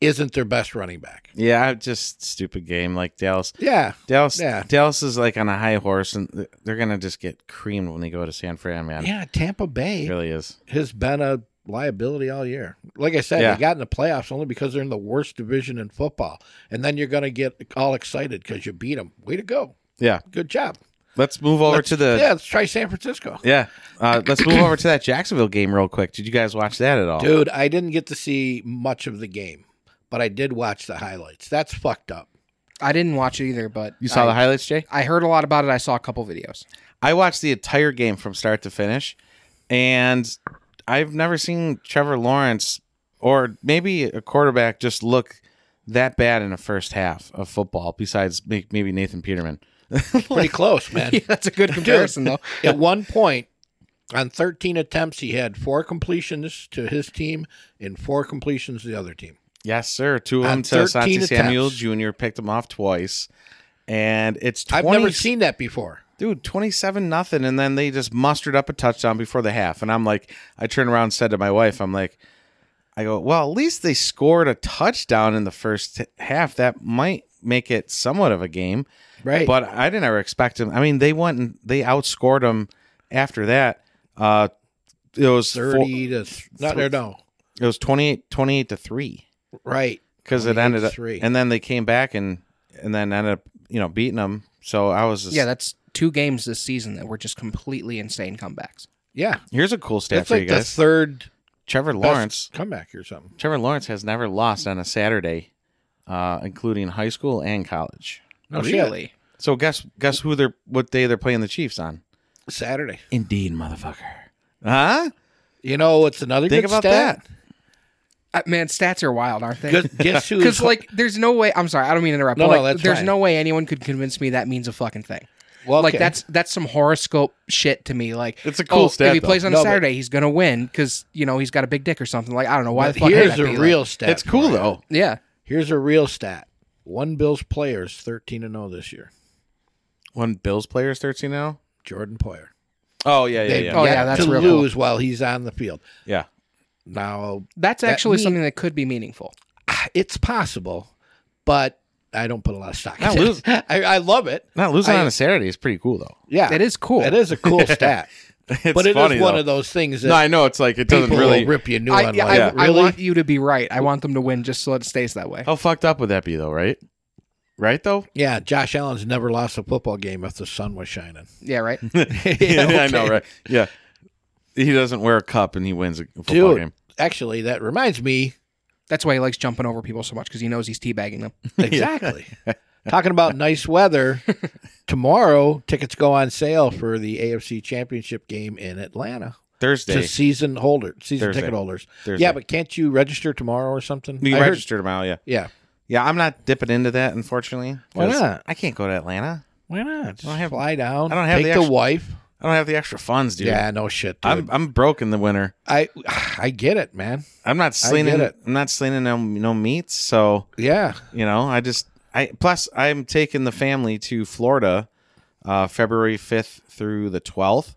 Speaker 2: isn't their best running back.
Speaker 3: Yeah, I just stupid game like Dallas.
Speaker 2: Yeah.
Speaker 3: Dallas,
Speaker 2: Yeah.
Speaker 3: Dallas is like on a high horse, and th- they're gonna just get creamed when they go to San Fran, man.
Speaker 2: Yeah, Tampa Bay.
Speaker 3: It really is.
Speaker 2: has been a liability all year. Like I said,
Speaker 3: Yeah.
Speaker 2: they got in the playoffs only because they're in the worst division in football. And then you're going to get all excited because you beat them. Way to go.
Speaker 3: Yeah,
Speaker 2: Good job.
Speaker 3: let's move over
Speaker 2: Let's-
Speaker 3: to the
Speaker 2: yeah, let's try San Francisco.
Speaker 3: yeah. Uh, let's move over to that Jacksonville game real quick. Did you guys watch that at all?
Speaker 2: Dude, I didn't get to see much of the game, but I did watch the highlights. That's fucked up.
Speaker 1: I didn't watch it either, but
Speaker 3: you saw
Speaker 1: I,
Speaker 3: the highlights, Jay?
Speaker 1: I heard a lot about it. I saw a couple videos.
Speaker 3: I watched the entire game from start to finish, and I've never seen Trevor Lawrence or maybe a quarterback just look that bad in the first half of football. Besides may- maybe Nathan Peterman.
Speaker 2: Pretty close, man.
Speaker 1: That's a good comparison, though.
Speaker 2: At one point, on 13 attempts, he had four completions to his team and four completions to the other team.
Speaker 3: Yes, sir. Two of
Speaker 2: On
Speaker 3: them to
Speaker 2: 13
Speaker 3: Asante Samuel
Speaker 2: attempts.
Speaker 3: Jr. picked him off twice. And it's 20,
Speaker 2: I've never seen that before.
Speaker 3: dude, 27 nothing. And then they just mustered up a touchdown before the half. And I'm like, I turned around and said to my wife, I'm like, I go, well, at least they scored a touchdown in the first half. That might make it somewhat of a game.
Speaker 2: Right.
Speaker 3: But I didn't ever expect him. I mean, they went and they outscored him after that. Uh, it was four-
Speaker 2: 30 to no, no, no.
Speaker 3: it was 28, 28 to 3.
Speaker 2: Right.
Speaker 3: because it ended up
Speaker 2: 28-3.
Speaker 3: and then they came back and and then ended up you know beating them so i was just
Speaker 1: Yeah, that's two games this season that were just completely insane comebacks.
Speaker 2: Yeah.
Speaker 3: here's a cool stat
Speaker 2: That's
Speaker 3: for
Speaker 2: like
Speaker 3: you
Speaker 2: the
Speaker 3: guys
Speaker 2: third
Speaker 3: trevor
Speaker 2: best
Speaker 3: lawrence
Speaker 2: comeback or something.
Speaker 3: trevor lawrence has never lost on a saturday uh including high school and college
Speaker 2: No shit.
Speaker 1: really?
Speaker 3: so guess guess who they're what day they're playing the chiefs on
Speaker 2: Saturday.
Speaker 3: indeed motherfucker huh
Speaker 2: You know, it's another
Speaker 3: think
Speaker 2: good
Speaker 3: about
Speaker 2: stat.
Speaker 3: that
Speaker 1: Uh, man, stats are wild, aren't they?
Speaker 2: Guess, guess who?
Speaker 1: Because like, there's no way. I'm sorry, I don't mean to interrupt.
Speaker 2: No,
Speaker 1: but,
Speaker 2: no,
Speaker 1: like,
Speaker 2: that's
Speaker 1: there's
Speaker 2: fine.
Speaker 1: no way anyone could convince me that means a fucking thing.
Speaker 2: well,
Speaker 1: Like
Speaker 2: okay.
Speaker 1: that's that's some horoscope shit to me. Like
Speaker 3: It's a cool
Speaker 1: oh,
Speaker 3: stat,
Speaker 1: If he
Speaker 3: though.
Speaker 1: plays on
Speaker 2: No,
Speaker 1: a
Speaker 2: but-
Speaker 1: Saturday, he's gonna win because you know he's got a big dick or something. Like I don't know why
Speaker 2: But
Speaker 1: the fuck. would
Speaker 2: here's
Speaker 1: that
Speaker 2: a
Speaker 1: be? Like,
Speaker 2: real stat.
Speaker 3: it's cool
Speaker 2: for you.
Speaker 3: though
Speaker 1: yeah,
Speaker 2: Here's a real stat. One Bills player is 13 and 0 this year.
Speaker 3: when bill's players 13 now
Speaker 2: Jordan Poyer.
Speaker 3: oh yeah yeah
Speaker 2: They've
Speaker 3: yeah
Speaker 1: Oh,
Speaker 2: yet
Speaker 1: yeah, that's
Speaker 2: to
Speaker 1: real cool.
Speaker 2: lose while he's on the field.
Speaker 3: yeah
Speaker 2: Now,
Speaker 1: that's
Speaker 2: That
Speaker 1: actually
Speaker 2: mean-
Speaker 1: something that could be meaningful.
Speaker 2: it's possible, but I don't put a lot of stock.
Speaker 3: Not
Speaker 2: in it.
Speaker 3: lose-
Speaker 2: I, I love it.
Speaker 3: not losing
Speaker 2: I-
Speaker 3: on a saturday is pretty cool though
Speaker 2: Yeah,
Speaker 1: It is cool.
Speaker 2: It is a cool stat,
Speaker 3: it's
Speaker 2: but it is
Speaker 3: funny,
Speaker 2: one
Speaker 3: though.
Speaker 2: of those things that
Speaker 3: no i know it's like it doesn't
Speaker 2: people
Speaker 3: really
Speaker 2: will rip you a new
Speaker 1: I,
Speaker 2: one.
Speaker 1: yeah, I,
Speaker 2: like,
Speaker 1: I
Speaker 2: really?
Speaker 1: want you to be right. I want them to win just so it stays that way.
Speaker 3: How fucked up would that be, though? Right? Right, though.
Speaker 2: Yeah, Josh Allen's never lost a football game if the sun was shining.
Speaker 1: Yeah, right.
Speaker 3: I know, right? Yeah. He doesn't wear a cup and he wins a football
Speaker 2: Dude,
Speaker 3: game.
Speaker 2: actually, that reminds me
Speaker 1: That's why he likes jumping over people so much because he knows he's teabagging them.
Speaker 2: exactly. Talking about nice weather, tomorrow tickets go on sale for the AFC Championship game in Atlanta
Speaker 3: Thursday.
Speaker 2: to season holder, season
Speaker 3: Thursday.
Speaker 2: ticket holders.
Speaker 3: Thursday.
Speaker 2: Yeah, but can't you register tomorrow or something?
Speaker 3: we
Speaker 2: I heard-
Speaker 3: registered him out. Yeah.
Speaker 2: yeah,
Speaker 3: Yeah, I'm not dipping into that, unfortunately.
Speaker 2: Why
Speaker 3: 'cause
Speaker 2: not?
Speaker 3: I can't go to Atlanta.
Speaker 2: why not? Just
Speaker 3: don't have-
Speaker 2: fly down.
Speaker 3: I don't have
Speaker 2: take
Speaker 3: the
Speaker 2: the,
Speaker 3: extra-
Speaker 2: wife.
Speaker 3: I don't have the extra funds, dude.
Speaker 2: Yeah, no shit, dude.
Speaker 3: I'm I'm broke in the winter.
Speaker 2: I I get it, man.
Speaker 3: I'm not slinging.
Speaker 2: it.
Speaker 3: I'm not slinging no no meats. So
Speaker 2: Yeah,
Speaker 3: you know, I just I plus I'm taking the family to Florida, uh, February fifth through the twelfth.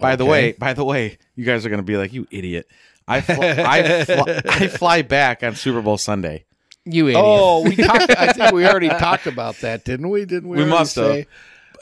Speaker 3: By the
Speaker 2: Okay.
Speaker 3: way, by the way, you guys are gonna be like, you idiot. I fl- I, fl- I fly back on Super Bowl Sunday.
Speaker 1: You idiot.
Speaker 2: Oh, we talked. I think we already talked about that, didn't we? Didn't we?
Speaker 3: We
Speaker 2: already
Speaker 3: must have.
Speaker 2: say-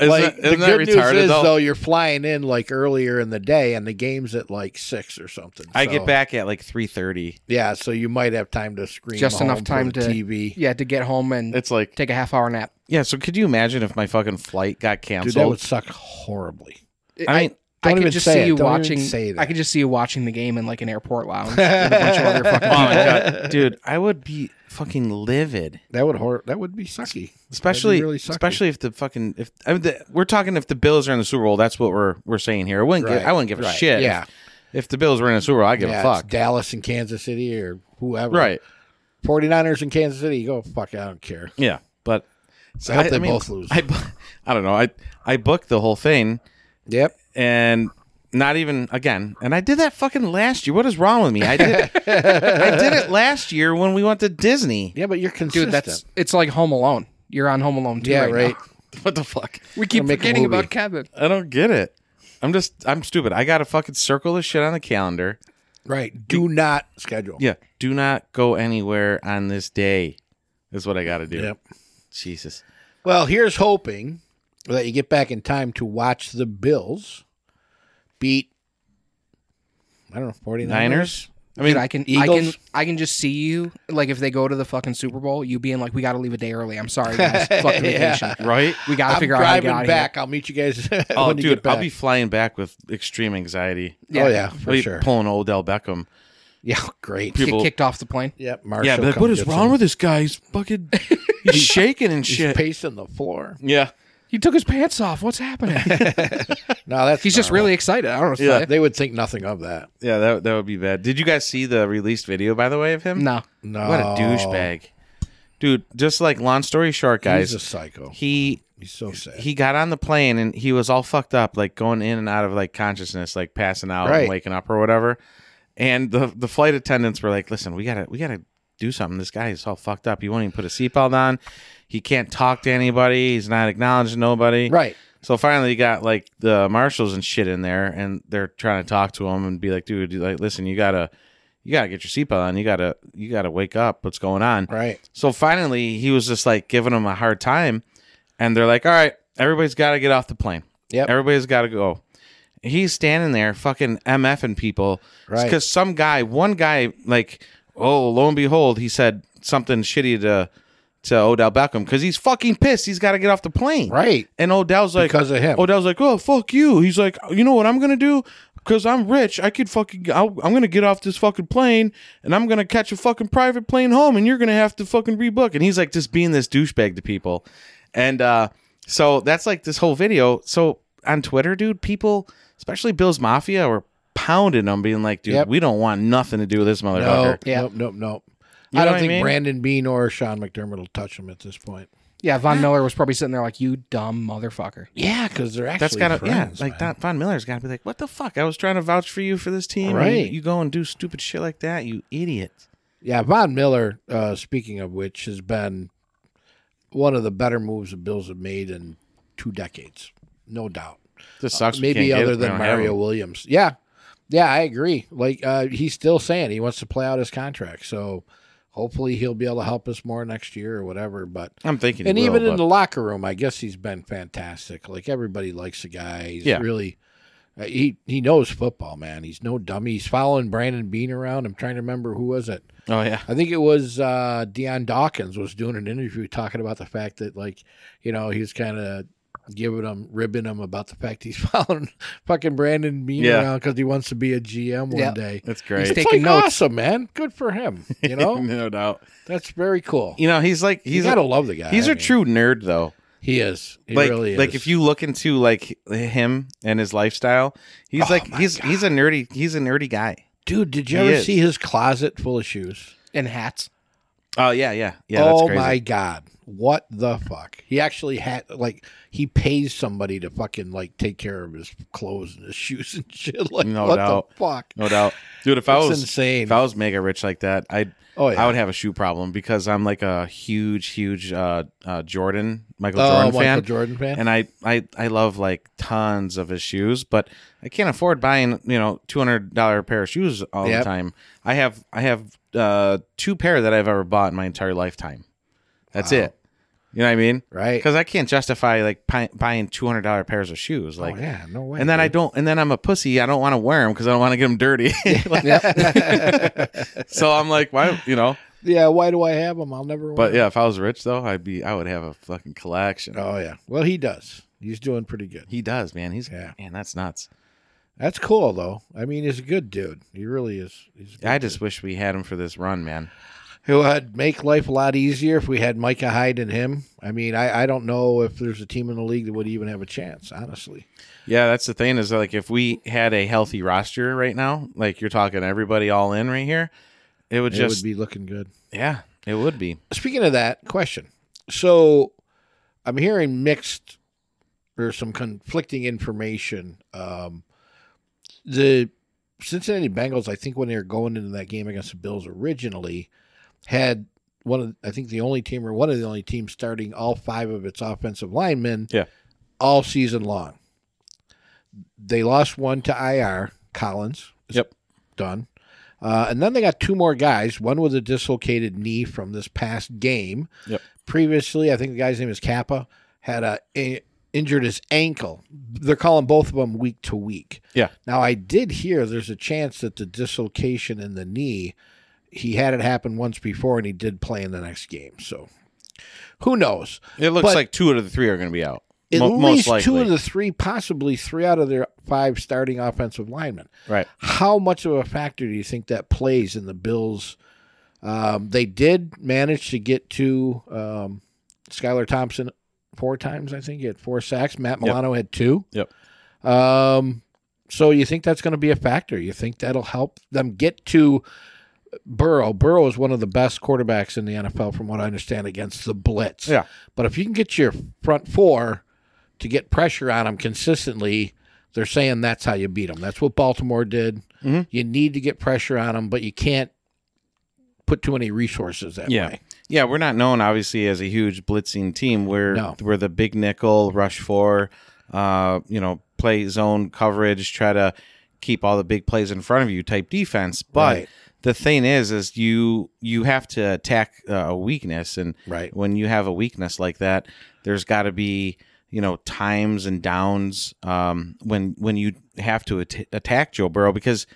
Speaker 3: Isn't,
Speaker 2: like
Speaker 3: that, isn't
Speaker 2: the
Speaker 3: that
Speaker 2: good
Speaker 3: retarded
Speaker 2: news is
Speaker 3: though?
Speaker 2: though? you're flying in like earlier in the day, and the game's at like six or something.
Speaker 3: I
Speaker 2: so-
Speaker 3: get back at like three thirty.
Speaker 2: Yeah, so you might have time to scream.
Speaker 1: Just enough
Speaker 2: home for
Speaker 1: time
Speaker 2: the
Speaker 1: to-
Speaker 2: TV.
Speaker 1: Yeah, to get home and
Speaker 3: It's like
Speaker 1: take a half hour nap.
Speaker 3: yeah. So could you imagine if my fucking flight got
Speaker 2: Dude,
Speaker 3: canceled?
Speaker 2: that would suck horribly.
Speaker 3: I mean,
Speaker 1: I
Speaker 2: Don't
Speaker 1: could
Speaker 2: even
Speaker 1: just
Speaker 2: say
Speaker 1: see
Speaker 2: it.
Speaker 1: you
Speaker 2: Don't even
Speaker 1: watching.
Speaker 2: say that.
Speaker 1: I could just see you watching the game in like an airport lounge with a bunch of other fucking
Speaker 3: Oh my
Speaker 1: people.
Speaker 3: god, dude, I would be fucking livid.
Speaker 2: That would hor- that would be sucky.
Speaker 3: Especially,
Speaker 2: really sucky.
Speaker 3: especially if the fucking if I mean, the, we're talking if the Bills are in the Super Bowl, that's what we're we're saying here. I wouldn't give,
Speaker 2: Right,
Speaker 3: I wouldn't give a
Speaker 2: right,
Speaker 3: shit.
Speaker 2: yeah.
Speaker 3: If, if the Bills were in the Super Bowl, I give
Speaker 2: Yeah,
Speaker 3: a
Speaker 2: it's
Speaker 3: fuck.
Speaker 2: Dallas and Kansas City or whoever.
Speaker 3: Right?
Speaker 2: 49ers in Kansas City. You go fuck. I don't care.
Speaker 3: Yeah. But
Speaker 2: I hope they both lose.
Speaker 3: I, bu- I don't know. I I booked the whole thing
Speaker 2: Yep.
Speaker 3: and not even again. And I did that fucking last year. What is wrong with me? I did I did it last year when we went to Disney.
Speaker 2: Yeah, but you're consistent.
Speaker 1: Dude, that's it's like Home Alone. You're on Home Alone too.
Speaker 2: yeah,
Speaker 1: right. now.
Speaker 2: right.
Speaker 3: What the fuck?
Speaker 1: We keep
Speaker 2: make a
Speaker 1: forgetting
Speaker 2: movie.
Speaker 1: about Kevin.
Speaker 3: I don't get it. I'm just I'm stupid. I got to fucking circle this shit on the calendar.
Speaker 2: Right. Do not schedule.
Speaker 3: Yeah. Do not go anywhere on this day. Is what I got to do.
Speaker 2: Yep.
Speaker 3: Jesus.
Speaker 2: Well, here's hoping that you get back in time to watch the Bills beat I don't know, 49ers.
Speaker 3: Niners.
Speaker 1: I mean, I can, I can,
Speaker 2: Eagles?
Speaker 1: I can just see you. Like, if they go to the fucking Super Bowl, you being like, "We got to leave a day early. I'm sorry, guys. Fuck the vacation.
Speaker 3: Right.
Speaker 1: We got to
Speaker 2: I'm
Speaker 1: figure out how to
Speaker 2: driving
Speaker 1: get out of here."
Speaker 2: back. I'll meet you guys
Speaker 3: Oh,
Speaker 2: when you
Speaker 3: dude,
Speaker 2: get back.
Speaker 3: I'll be flying back with extreme anxiety.
Speaker 1: Yeah.
Speaker 2: Oh yeah, for
Speaker 3: I'll be
Speaker 2: sure.
Speaker 3: Pulling Odell Beckham.
Speaker 2: Yeah, great.
Speaker 3: People-
Speaker 1: Get kicked off the plane.
Speaker 2: Yep, Marshall.
Speaker 3: yeah, but like,
Speaker 2: come
Speaker 3: what is
Speaker 2: gets
Speaker 3: wrong
Speaker 2: him.
Speaker 3: with this guy? He's fucking he's shaking and
Speaker 2: He's
Speaker 3: shit.
Speaker 2: pacing the floor.
Speaker 3: yeah,
Speaker 1: He took his pants off. What's happening?
Speaker 2: No, that's
Speaker 1: He's just
Speaker 2: normal.
Speaker 1: really excited. I don't know. if
Speaker 3: Yeah.
Speaker 1: yeah.
Speaker 2: They would think nothing of that.
Speaker 3: yeah, that that would be bad. Did you guys see the released video by the way of him?
Speaker 1: No.
Speaker 2: No,
Speaker 3: What a douchebag, dude. Just like long story short, guys.
Speaker 2: He's a psycho.
Speaker 3: he
Speaker 2: He's so sad.
Speaker 3: he got on the plane and he was all fucked up, like going in and out of like consciousness, like passing out
Speaker 2: Right.
Speaker 3: and waking up or whatever. And the the flight attendants were like, "Listen, we gotta we gotta do something. This guy is all fucked up. He won't even put a seatbelt on. He can't talk to anybody. He's not acknowledging nobody.
Speaker 2: right.
Speaker 3: So finally, you got like the marshals and shit in there, and they're trying to talk to him and be like, "Dude, you- like, listen, you gotta, you gotta get your seatbelt on. You gotta, you gotta wake up. What's going on?"
Speaker 2: Right.
Speaker 3: So finally, he was just like giving him a hard time, and they're like, "All right, everybody's got to get off the plane.
Speaker 2: Yep.
Speaker 3: everybody's got to go." He's standing there, fucking mfing people,
Speaker 2: Right.
Speaker 3: Because some guy, one guy, like, oh, lo and behold, he said something shitty to to Odell Beckham because he's fucking pissed. He's got to get off the plane,
Speaker 2: Right.
Speaker 3: and Odell's like,
Speaker 2: Because of him.
Speaker 3: Odell's like, oh fuck you. He's like, you know what I'm gonna do? Because I'm rich, I could fucking, I'll, I'm gonna get off this fucking plane, and I'm gonna catch a fucking private plane home, and you're gonna have to fucking rebook. And he's like, just being this douchebag to people, and uh, so that's like this whole video. So on Twitter, dude, people, especially Bill's Mafia, were pounding him, being like, dude,
Speaker 2: Yep.
Speaker 3: we don't want nothing to do with this
Speaker 2: No.
Speaker 3: motherfucker.
Speaker 1: Yeah.
Speaker 2: Nope. Nope. Nope.
Speaker 3: You
Speaker 2: I
Speaker 3: know
Speaker 2: don't
Speaker 3: what I
Speaker 2: think
Speaker 3: mean?
Speaker 2: Brandon Bean or Sean McDermott will touch him at this point.
Speaker 1: Yeah. Von Miller was probably sitting there like, "You dumb motherfucker."
Speaker 2: Yeah, because they're actually
Speaker 3: That's gotta
Speaker 2: friends,
Speaker 3: yeah, like
Speaker 2: man.
Speaker 3: Don, Von Miller's gotta be like, what the fuck? I was trying to vouch for you for this team, and
Speaker 2: Right.
Speaker 3: You, you go and do stupid shit like that, you idiot.
Speaker 2: Yeah, Von Miller. Uh, speaking of which, has been one of the better moves the Bills have made in two decades, no doubt.
Speaker 3: This sucks. we
Speaker 2: Maybe
Speaker 3: can't
Speaker 2: other
Speaker 3: get it. We
Speaker 2: than
Speaker 3: don't have
Speaker 2: Mario
Speaker 3: him.
Speaker 2: Williams. Yeah, yeah, I agree. Like uh, he's still saying he wants to play out his contract, so hopefully he'll be able to help us more next year or whatever. But
Speaker 3: I'm thinking.
Speaker 2: and
Speaker 3: he
Speaker 2: even
Speaker 3: will,
Speaker 2: in
Speaker 3: but-
Speaker 2: the locker room, I guess he's been fantastic. Like everybody likes the guy. He's
Speaker 3: Yeah.
Speaker 2: really uh, he he knows football, man. He's no dummy. He's following Brandon Bean around. I'm trying to remember who was it.
Speaker 3: oh yeah,
Speaker 2: I think it was uh, Deion Dawkins was doing an interview talking about the fact that like you know he's kind of giving him ribbing him about the fact he's following fucking Brandon Bean
Speaker 3: Yeah.
Speaker 2: around because he wants to be a GM one
Speaker 1: Yeah.
Speaker 2: day.
Speaker 3: that's
Speaker 1: He's
Speaker 3: great.
Speaker 2: It's
Speaker 1: Taking
Speaker 2: like
Speaker 1: notes.
Speaker 2: awesome, man. Good for him. You know,
Speaker 3: no doubt.
Speaker 2: that's very cool.
Speaker 3: You know, he's like
Speaker 2: you
Speaker 3: he's
Speaker 2: gotta
Speaker 3: a,
Speaker 2: love the guy.
Speaker 3: he's
Speaker 2: I
Speaker 3: a
Speaker 2: mean.
Speaker 3: true nerd though.
Speaker 2: He is. He
Speaker 3: like
Speaker 2: really is.
Speaker 3: like if you look into like him and his lifestyle, he's
Speaker 2: Oh,
Speaker 3: like
Speaker 2: my
Speaker 3: he's he's a nerdy he's a nerdy guy.
Speaker 2: Dude, did you
Speaker 3: He
Speaker 2: ever
Speaker 3: is.
Speaker 2: see his closet full of shoes?
Speaker 1: And hats.
Speaker 3: Oh yeah, yeah, yeah. That's
Speaker 2: oh
Speaker 3: crazy.
Speaker 2: my god. What the fuck? He actually had like he pays somebody to fucking like take care of his clothes and his shoes and shit. Like
Speaker 3: No
Speaker 2: what
Speaker 3: doubt.
Speaker 2: the fuck?
Speaker 3: No doubt, dude. If I
Speaker 2: It's
Speaker 3: was
Speaker 2: insane.
Speaker 3: if I was mega rich like that, I'd
Speaker 2: oh yeah.
Speaker 3: I would have a shoe problem because I'm like a huge huge uh, uh Jordan Michael
Speaker 2: oh,
Speaker 3: Jordan
Speaker 2: Michael
Speaker 3: fan.
Speaker 2: Jordan fan.
Speaker 3: and I, I I love like tons of his shoes, but I can't afford buying you know two hundred dollar pair of shoes all
Speaker 2: Yep.
Speaker 3: the time. I have I have uh, two pair that I've ever bought in my entire lifetime. That's
Speaker 2: Wow.
Speaker 3: it. You know what I mean?
Speaker 2: right?
Speaker 3: Because I can't justify like pi- buying two hundred dollar pairs of shoes. Like,
Speaker 2: oh, yeah, no way.
Speaker 3: and then I
Speaker 2: dude.
Speaker 3: don't. And then I'm a pussy. I don't want to wear them because I don't want to get them dirty. Like- so I'm like, why? You know?
Speaker 2: Yeah, why do I have them? I'll never
Speaker 3: But
Speaker 2: wear 'em.
Speaker 3: yeah, if I was rich though, I'd be. I would have a fucking collection.
Speaker 2: Oh yeah. Well, he does. He's doing pretty good.
Speaker 3: He does, man. He's
Speaker 2: Yeah.
Speaker 3: man. That's nuts.
Speaker 2: That's cool though. I mean, he's a good dude. He really is. He's a good
Speaker 3: I just wish we had him for this run, man.
Speaker 2: dude. it would make life a lot easier if we had Micah Hyde and him. I mean, I, I don't know if there's a team in the league that would even have a chance. Honestly,
Speaker 3: Yeah, that's the thing is like if we had a healthy roster right now, like you're talking everybody all in right here, it would
Speaker 2: it
Speaker 3: just
Speaker 2: would be looking good.
Speaker 3: yeah, it would be.
Speaker 2: Speaking of that question, so I'm hearing mixed or some conflicting information. Um, the Cincinnati Bengals, I think, when they were going into that game against the Bills originally, had one of I think the only team or one of the only teams starting all five of its offensive linemen,
Speaker 3: Yeah.
Speaker 2: all season long. They lost one to IR Collins. is
Speaker 3: Yep.
Speaker 2: done. Uh, and then they got two more guys. One with a dislocated knee from this past game.
Speaker 3: Yep.
Speaker 2: Previously, I think the guy's name is Kappa had a, i- injured his ankle. They're calling both of them week to week.
Speaker 3: Yeah.
Speaker 2: Now I did hear there's a chance that the dislocation in the knee, he had it happen once before, and he did play in the next game. So who knows?
Speaker 3: It looks
Speaker 2: But-
Speaker 3: like two out of the three are going to be out.
Speaker 2: At
Speaker 3: Mo-
Speaker 2: least
Speaker 3: most likely.
Speaker 2: two of the three, possibly three out of their five starting offensive linemen
Speaker 3: right.
Speaker 2: how much of a factor do you think that plays in the Bills? Um, they did manage to get to um, Skylar Thompson four times, I think. He had four sacks. Matt Milano had two.
Speaker 3: Yep.
Speaker 2: Um, so you think that's going to be a factor? You think that'll help them get to Burrow? Burrow is one of the best quarterbacks in the NFL, from what I understand, against the blitz.
Speaker 3: Yeah.
Speaker 2: But if you can get your front four to get pressure on them consistently, they're saying that's how you beat them. That's what Baltimore did.
Speaker 3: Mhm.
Speaker 2: You need to get pressure on them, but you can't put too many resources that
Speaker 3: Yeah.
Speaker 2: way.
Speaker 3: Yeah, we're not known obviously as a huge blitzing team. We're
Speaker 2: No.
Speaker 3: we're the big nickel rush four, uh, you know, play zone coverage, try to keep all the big plays in front of you type defense. But
Speaker 2: Right.
Speaker 3: the thing is, is you you have to attack uh, a weakness, and
Speaker 2: Right.
Speaker 3: when you have a weakness like that, there's got to be you know times and downs um, when when you have to at- attack Joe Burrow because,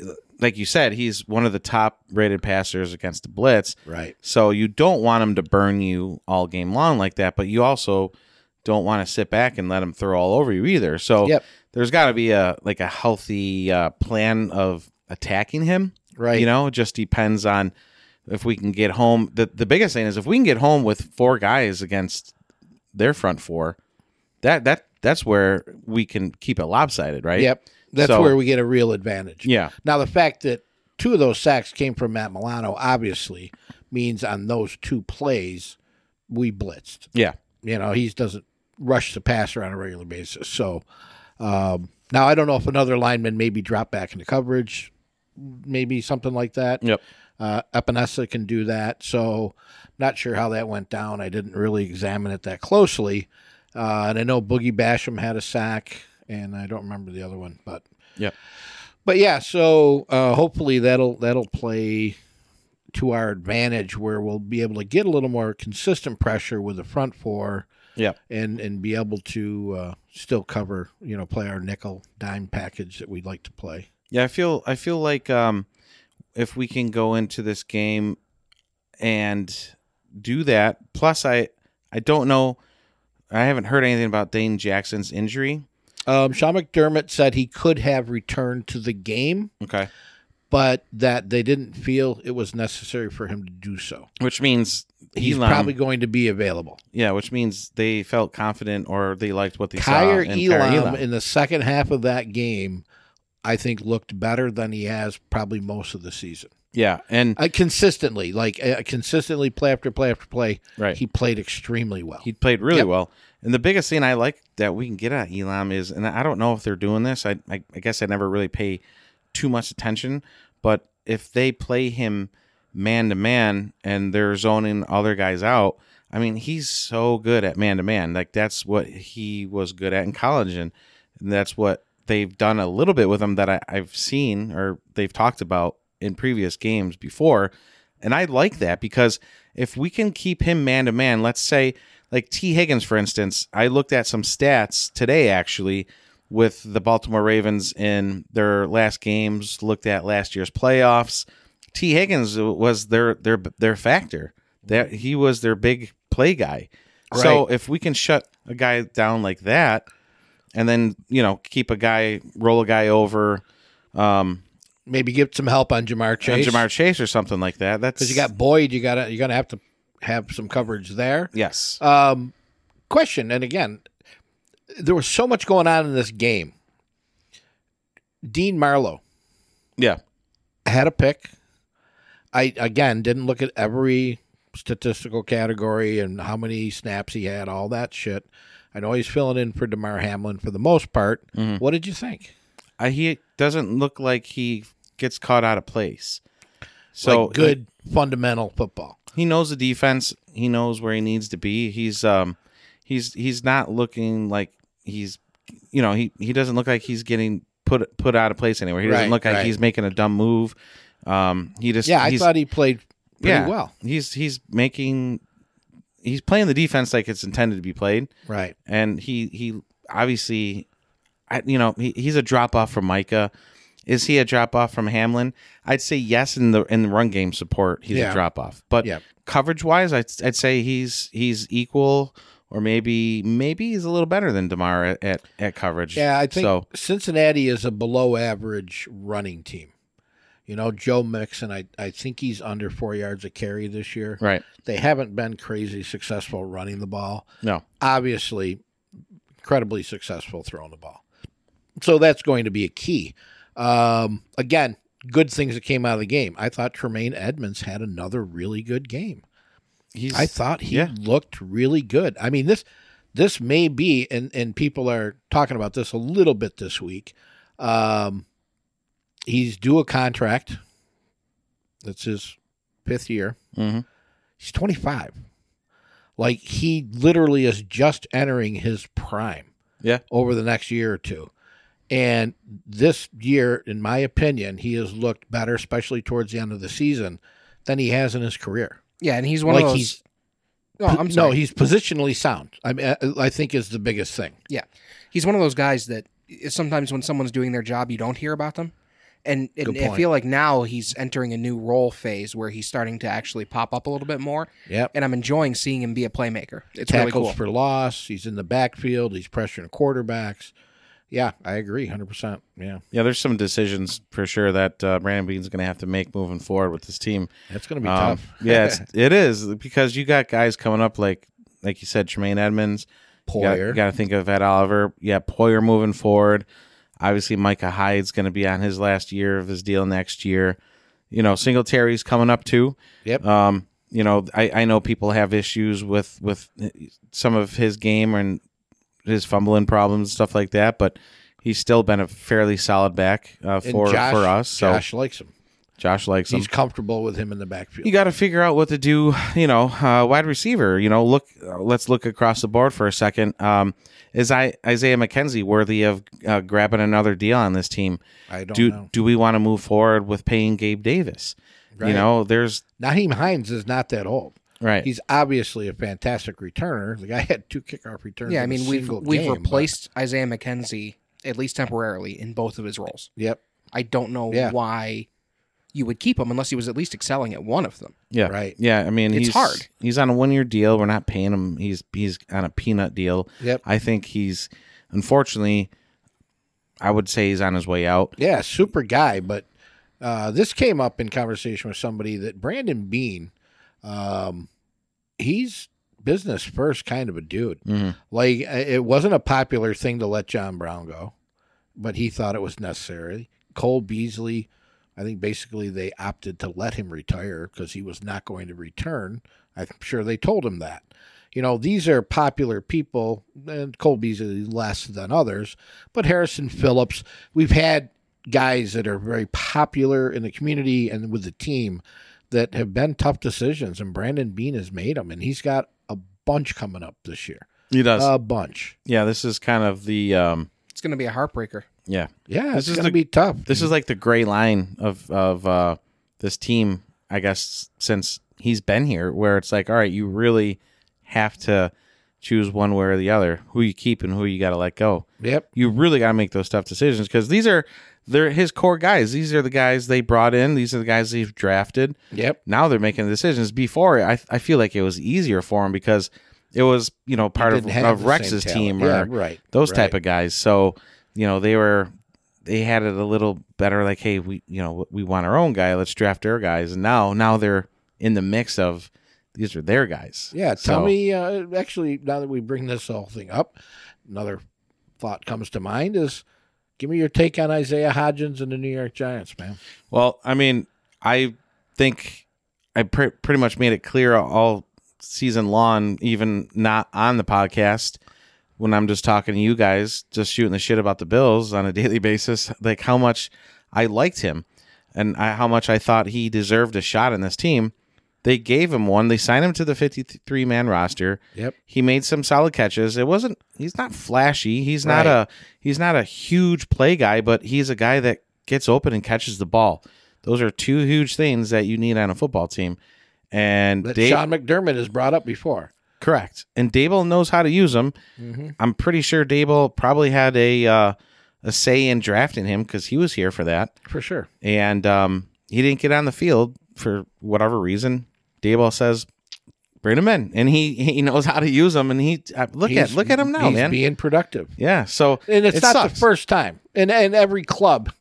Speaker 3: uh, like you said, he's one of the top rated passers against the blitz.
Speaker 2: Right.
Speaker 3: So you don't want him to burn you all game long like that, but you also don't want to sit back and let him throw all over you either. So
Speaker 2: Yep.
Speaker 3: there's got to be a like a healthy uh, plan of attacking him.
Speaker 2: Right.
Speaker 3: You know, it just depends on if we can get home. The the biggest thing is if we can get home with four guys against their front four, that that that's where we can keep it lopsided, right?
Speaker 2: Yep. That's
Speaker 3: So-
Speaker 2: where we get a real advantage.
Speaker 3: Yeah.
Speaker 2: Now, the fact that two of those sacks came from Matt Milano obviously means on those two plays, we blitzed.
Speaker 3: Yeah.
Speaker 2: You know, he doesn't rush the passer on a regular basis. So um, now I don't know if another lineman maybe drop back into coverage, maybe something like that.
Speaker 3: Yep.
Speaker 2: Uh, Epinesa can do that. So not sure how that went down. I didn't really examine it that closely. Uh, and I know Boogie Basham had a sack, and I don't remember the other one, but
Speaker 3: Yep.
Speaker 2: but yeah, so uh, hopefully that'll that'll play to our advantage where we'll be able to get a little more consistent pressure with the front four.
Speaker 3: Yep.
Speaker 2: And and be able to uh, still cover, you know, play our nickel dime package that we'd like to play.
Speaker 3: Yeah, I feel I feel like um, if we can go into this game and do that, plus I I don't know I haven't heard anything about Dane Jackson's injury.
Speaker 2: Um, Sean McDermott said he could have returned to the game,
Speaker 3: Okay.
Speaker 2: but that they didn't feel it was necessary for him to do so.
Speaker 3: Which means
Speaker 2: He's
Speaker 3: Elam-
Speaker 2: probably going to be available.
Speaker 3: yeah, which means they felt confident or they liked what they
Speaker 2: Kyer
Speaker 3: saw. in Kyer
Speaker 2: Elam, in the second half of that game, I think looked better than he has probably most of the season.
Speaker 3: yeah, and
Speaker 2: Uh, consistently, like uh, consistently, play after play after play,
Speaker 3: right.
Speaker 2: he played extremely well.
Speaker 3: He played really
Speaker 2: Yep.
Speaker 3: well. And the biggest thing I like that we can get out of Elam is, and I don't know if they're doing this. I, I, I guess I never really pay too much attention, but if they play him man to man and they're zoning other guys out, I mean, he's so good at man to man. Like that's what he was good at in college, and, and that's what they've done a little bit with him that I, I've seen or they've talked about in previous games before. And I like that because if we can keep him man to man, let's say like T. Higgins, for instance, I looked at some stats today actually with the Baltimore Ravens in their last games, looked at last year's playoffs. T. Higgins was their their their factor. That he was their big play guy. So if we can shut a guy down like that, and then you know keep a guy, roll a guy over, um,
Speaker 2: Maybe give some help on Jamar
Speaker 3: and
Speaker 2: Chase.
Speaker 3: Jamar Chase or something like that. That's
Speaker 2: because you got Boyd, you gotta you're gonna have to have some coverage there.
Speaker 3: yes,
Speaker 2: Um, question, and again, there was so much going on in this game. Dean Marlowe
Speaker 3: yeah,
Speaker 2: had a pick. I again didn't look at every statistical category and how many snaps he had, all that shit. I know he's filling in for Demar Hamlin for the most part.
Speaker 3: Mm-hmm.
Speaker 2: What did you think?
Speaker 3: I, he doesn't look like he gets caught out of place. So
Speaker 2: like good fundamental football.
Speaker 3: he knows the defense. He knows where he needs to be. He's um he's he's not looking like he's you know, he he doesn't look like he's getting put put out of place anywhere. He doesn't
Speaker 2: Right,
Speaker 3: look like
Speaker 2: right.
Speaker 3: he's making a dumb move. Um he just
Speaker 2: Yeah, I
Speaker 3: he's,
Speaker 2: thought he played pretty
Speaker 3: yeah,
Speaker 2: well.
Speaker 3: He's he's making he's playing the defense like it's intended to be played
Speaker 2: Right.
Speaker 3: and he he obviously, I, you know, he, he's a drop off from Micah. Is he a drop off from Hamlin? I'd say yes in the in the run game support, he's a
Speaker 2: Yeah.
Speaker 3: drop off. But
Speaker 2: Yeah.
Speaker 3: coverage wise, I'd, I'd say he's he's equal, or maybe maybe he's a little better than Demar at at, at coverage.
Speaker 2: Yeah, I think
Speaker 3: so.
Speaker 2: Cincinnati is a below average running team. You know, Joe Mixon, I, I think he's under four yards a carry this year.
Speaker 3: Right?
Speaker 2: They haven't been crazy successful running the ball.
Speaker 3: No.
Speaker 2: Obviously, incredibly successful throwing the ball. So that's going to be a key. Um, again, good things that came out of the game. I thought Tremaine Edmonds had another really good game.
Speaker 3: He's
Speaker 2: I thought he
Speaker 3: yeah.
Speaker 2: looked really good. I mean this this may be and and people are talking about this a little bit this week. Um, he's due a contract. That's his fifth year.
Speaker 3: Mhm.
Speaker 2: He's 25. Like he literally is just entering his prime.
Speaker 3: Yeah.
Speaker 2: Over the next year or two. And this year, in my opinion, he has looked better, especially towards the end of the season, than he has in his career
Speaker 1: Yeah, and he's one
Speaker 2: Like
Speaker 1: of those.
Speaker 2: he's-
Speaker 1: no, I'm sorry.
Speaker 2: no, he's positionally sound. I mean, uh, I- I think is the biggest thing.
Speaker 1: Yeah, he's one of those guys that i- sometimes when someone's doing their job, you don't hear about them. And, and
Speaker 2: Good
Speaker 1: I
Speaker 2: point.
Speaker 1: feel like now he's entering a new role phase where he's starting to actually pop up a little bit more.
Speaker 2: Yep.
Speaker 1: And I'm enjoying seeing him be a playmaker. It's
Speaker 2: Tackles
Speaker 1: really cool.
Speaker 2: for loss. He's in the backfield. He's pressuring quarterbacks. Yeah, I agree, hundred percent. Yeah,
Speaker 3: yeah. There's some decisions for sure that uh, Brandon Bean's going to have to make moving forward with this team.
Speaker 2: that's going to be
Speaker 3: Um,
Speaker 2: tough.
Speaker 3: yeah, it's, it is because you got guys coming up like like you said, Tremaine Edmonds. You gotta- You
Speaker 2: Poyer.
Speaker 3: got to think of Ed Oliver. Yeah, Poyer moving forward. Obviously, Micah Hyde's going to be on his last year of his deal next year. You know, Singletary's coming up too.
Speaker 2: Yep.
Speaker 3: Um, you know, I, I know people have issues with with some of his game and his fumbling problems, stuff like that. But he's still been a fairly solid back uh,
Speaker 2: And
Speaker 3: for
Speaker 2: Josh-
Speaker 3: for us. So Josh,
Speaker 2: Josh likes him.
Speaker 3: likes him
Speaker 2: He's comfortable with him in the backfield.
Speaker 3: you got to figure out what to do. You know, uh, wide receiver. You know, look. uh, Let's look across the board for a second. Um, is I Isaiah McKenzie worthy of uh, grabbing another deal on this team?
Speaker 2: I don't
Speaker 3: do
Speaker 2: know.
Speaker 3: do we want to move forward with paying Gabe Davis? You
Speaker 2: Right.
Speaker 3: know, there's
Speaker 2: Naheem Hines is not that old.
Speaker 3: right.
Speaker 2: He's obviously a fantastic returner. The guy had two kickoff returns.
Speaker 1: Yeah, I
Speaker 2: in a
Speaker 1: mean we've
Speaker 2: single
Speaker 1: we've
Speaker 2: game, but-
Speaker 1: replaced Isaiah McKenzie at least temporarily in both of his roles.
Speaker 2: Yep.
Speaker 1: I don't know
Speaker 2: Yeah.
Speaker 1: why you would keep him unless he was at least excelling at one of them.
Speaker 3: yeah,
Speaker 2: right.
Speaker 3: Yeah, I mean,
Speaker 1: It's
Speaker 3: he's,
Speaker 1: hard.
Speaker 3: He's on a one year deal. We're not paying him. He's he's on a peanut deal.
Speaker 2: Yep.
Speaker 3: I think he's unfortunately, I would say he's on his way out.
Speaker 2: Yeah, super guy. But uh, this came up in conversation with somebody that Brandon Bean, um, he's business first kind of a dude.
Speaker 3: Mhm.
Speaker 2: Like uh, it wasn't a popular thing to let John Brown go, but he thought it was necessary. Cole Beasley, I think basically they opted to let him retire because he was not going to return. I'm sure they told him that. You know, these are popular people, and Cole Beasley less than others, but Harrison Phillips, we've had guys that are very popular in the community and with the team that have been tough decisions, and Brandon Bean has made them, and he's got a bunch coming up this year.
Speaker 3: He does.
Speaker 2: A bunch.
Speaker 3: yeah, this is kind of the um,
Speaker 1: It's going to be a heartbreaker.
Speaker 3: yeah.
Speaker 2: Yeah,
Speaker 3: This
Speaker 2: this
Speaker 3: is
Speaker 2: is going to
Speaker 3: the-
Speaker 2: be tough.
Speaker 3: This is like the gray line of of uh, this team, I guess, since he's been here, where it's like, all right, you really have to choose one way or the other, who you keep and who you got to let go.
Speaker 2: yep.
Speaker 3: You really got to make those tough decisions because these are they're his core guys. These are the guys they brought in. These are the guys they've drafted.
Speaker 2: Yep.
Speaker 3: Now they're making decisions. Before, I I feel like it was easier for him because It was you know part of,
Speaker 2: didn't have
Speaker 3: of
Speaker 2: the same
Speaker 3: Rex's
Speaker 2: talent.
Speaker 3: team or
Speaker 2: yeah, right.
Speaker 3: those
Speaker 2: right.
Speaker 3: type of guys. So you know they were they had it a little better. Like hey, we you know we want our own guy. Let's draft our guys. And now now they're in the mix of these are their guys.
Speaker 2: Yeah, tell
Speaker 3: So-
Speaker 2: me. Uh, actually, now that we bring this whole thing up, another thought comes to mind is, give me your take on Isaiah Hodgins and the New York Giants, man.
Speaker 3: Well, I mean, I think I pre- pretty much made it clear all season long, even not on the podcast, when I'm just talking to you guys, just shooting the shit about the Bills on a daily basis, like how much I liked him and I, how much I thought he deserved a shot in this team. They gave him one. They signed him to the 53 man roster.
Speaker 2: Yep.
Speaker 3: He made some solid catches. It wasn't he's not flashy. He's
Speaker 2: Right.
Speaker 3: not a he's not a huge play guy, but he's a guy that gets open and catches the ball. Those are two huge things that you need on a football team. And
Speaker 2: That
Speaker 3: Dave,
Speaker 2: Sean McDermott has brought up before.
Speaker 3: correct. And Dable knows how to use them.
Speaker 2: Mm-hmm.
Speaker 3: I'm pretty sure Dable probably had a uh, a say in drafting him because he was here for that
Speaker 2: For sure.
Speaker 3: and um, he didn't get on the field for whatever reason. Dayball says, "Bring him in," and he he knows how to use him. And he uh, look at
Speaker 2: He's-
Speaker 3: look at him now,
Speaker 2: he's
Speaker 3: man.
Speaker 2: Being productive,
Speaker 3: yeah, so
Speaker 2: and it's
Speaker 3: It
Speaker 2: not the
Speaker 3: sucks.
Speaker 2: first time. And and every club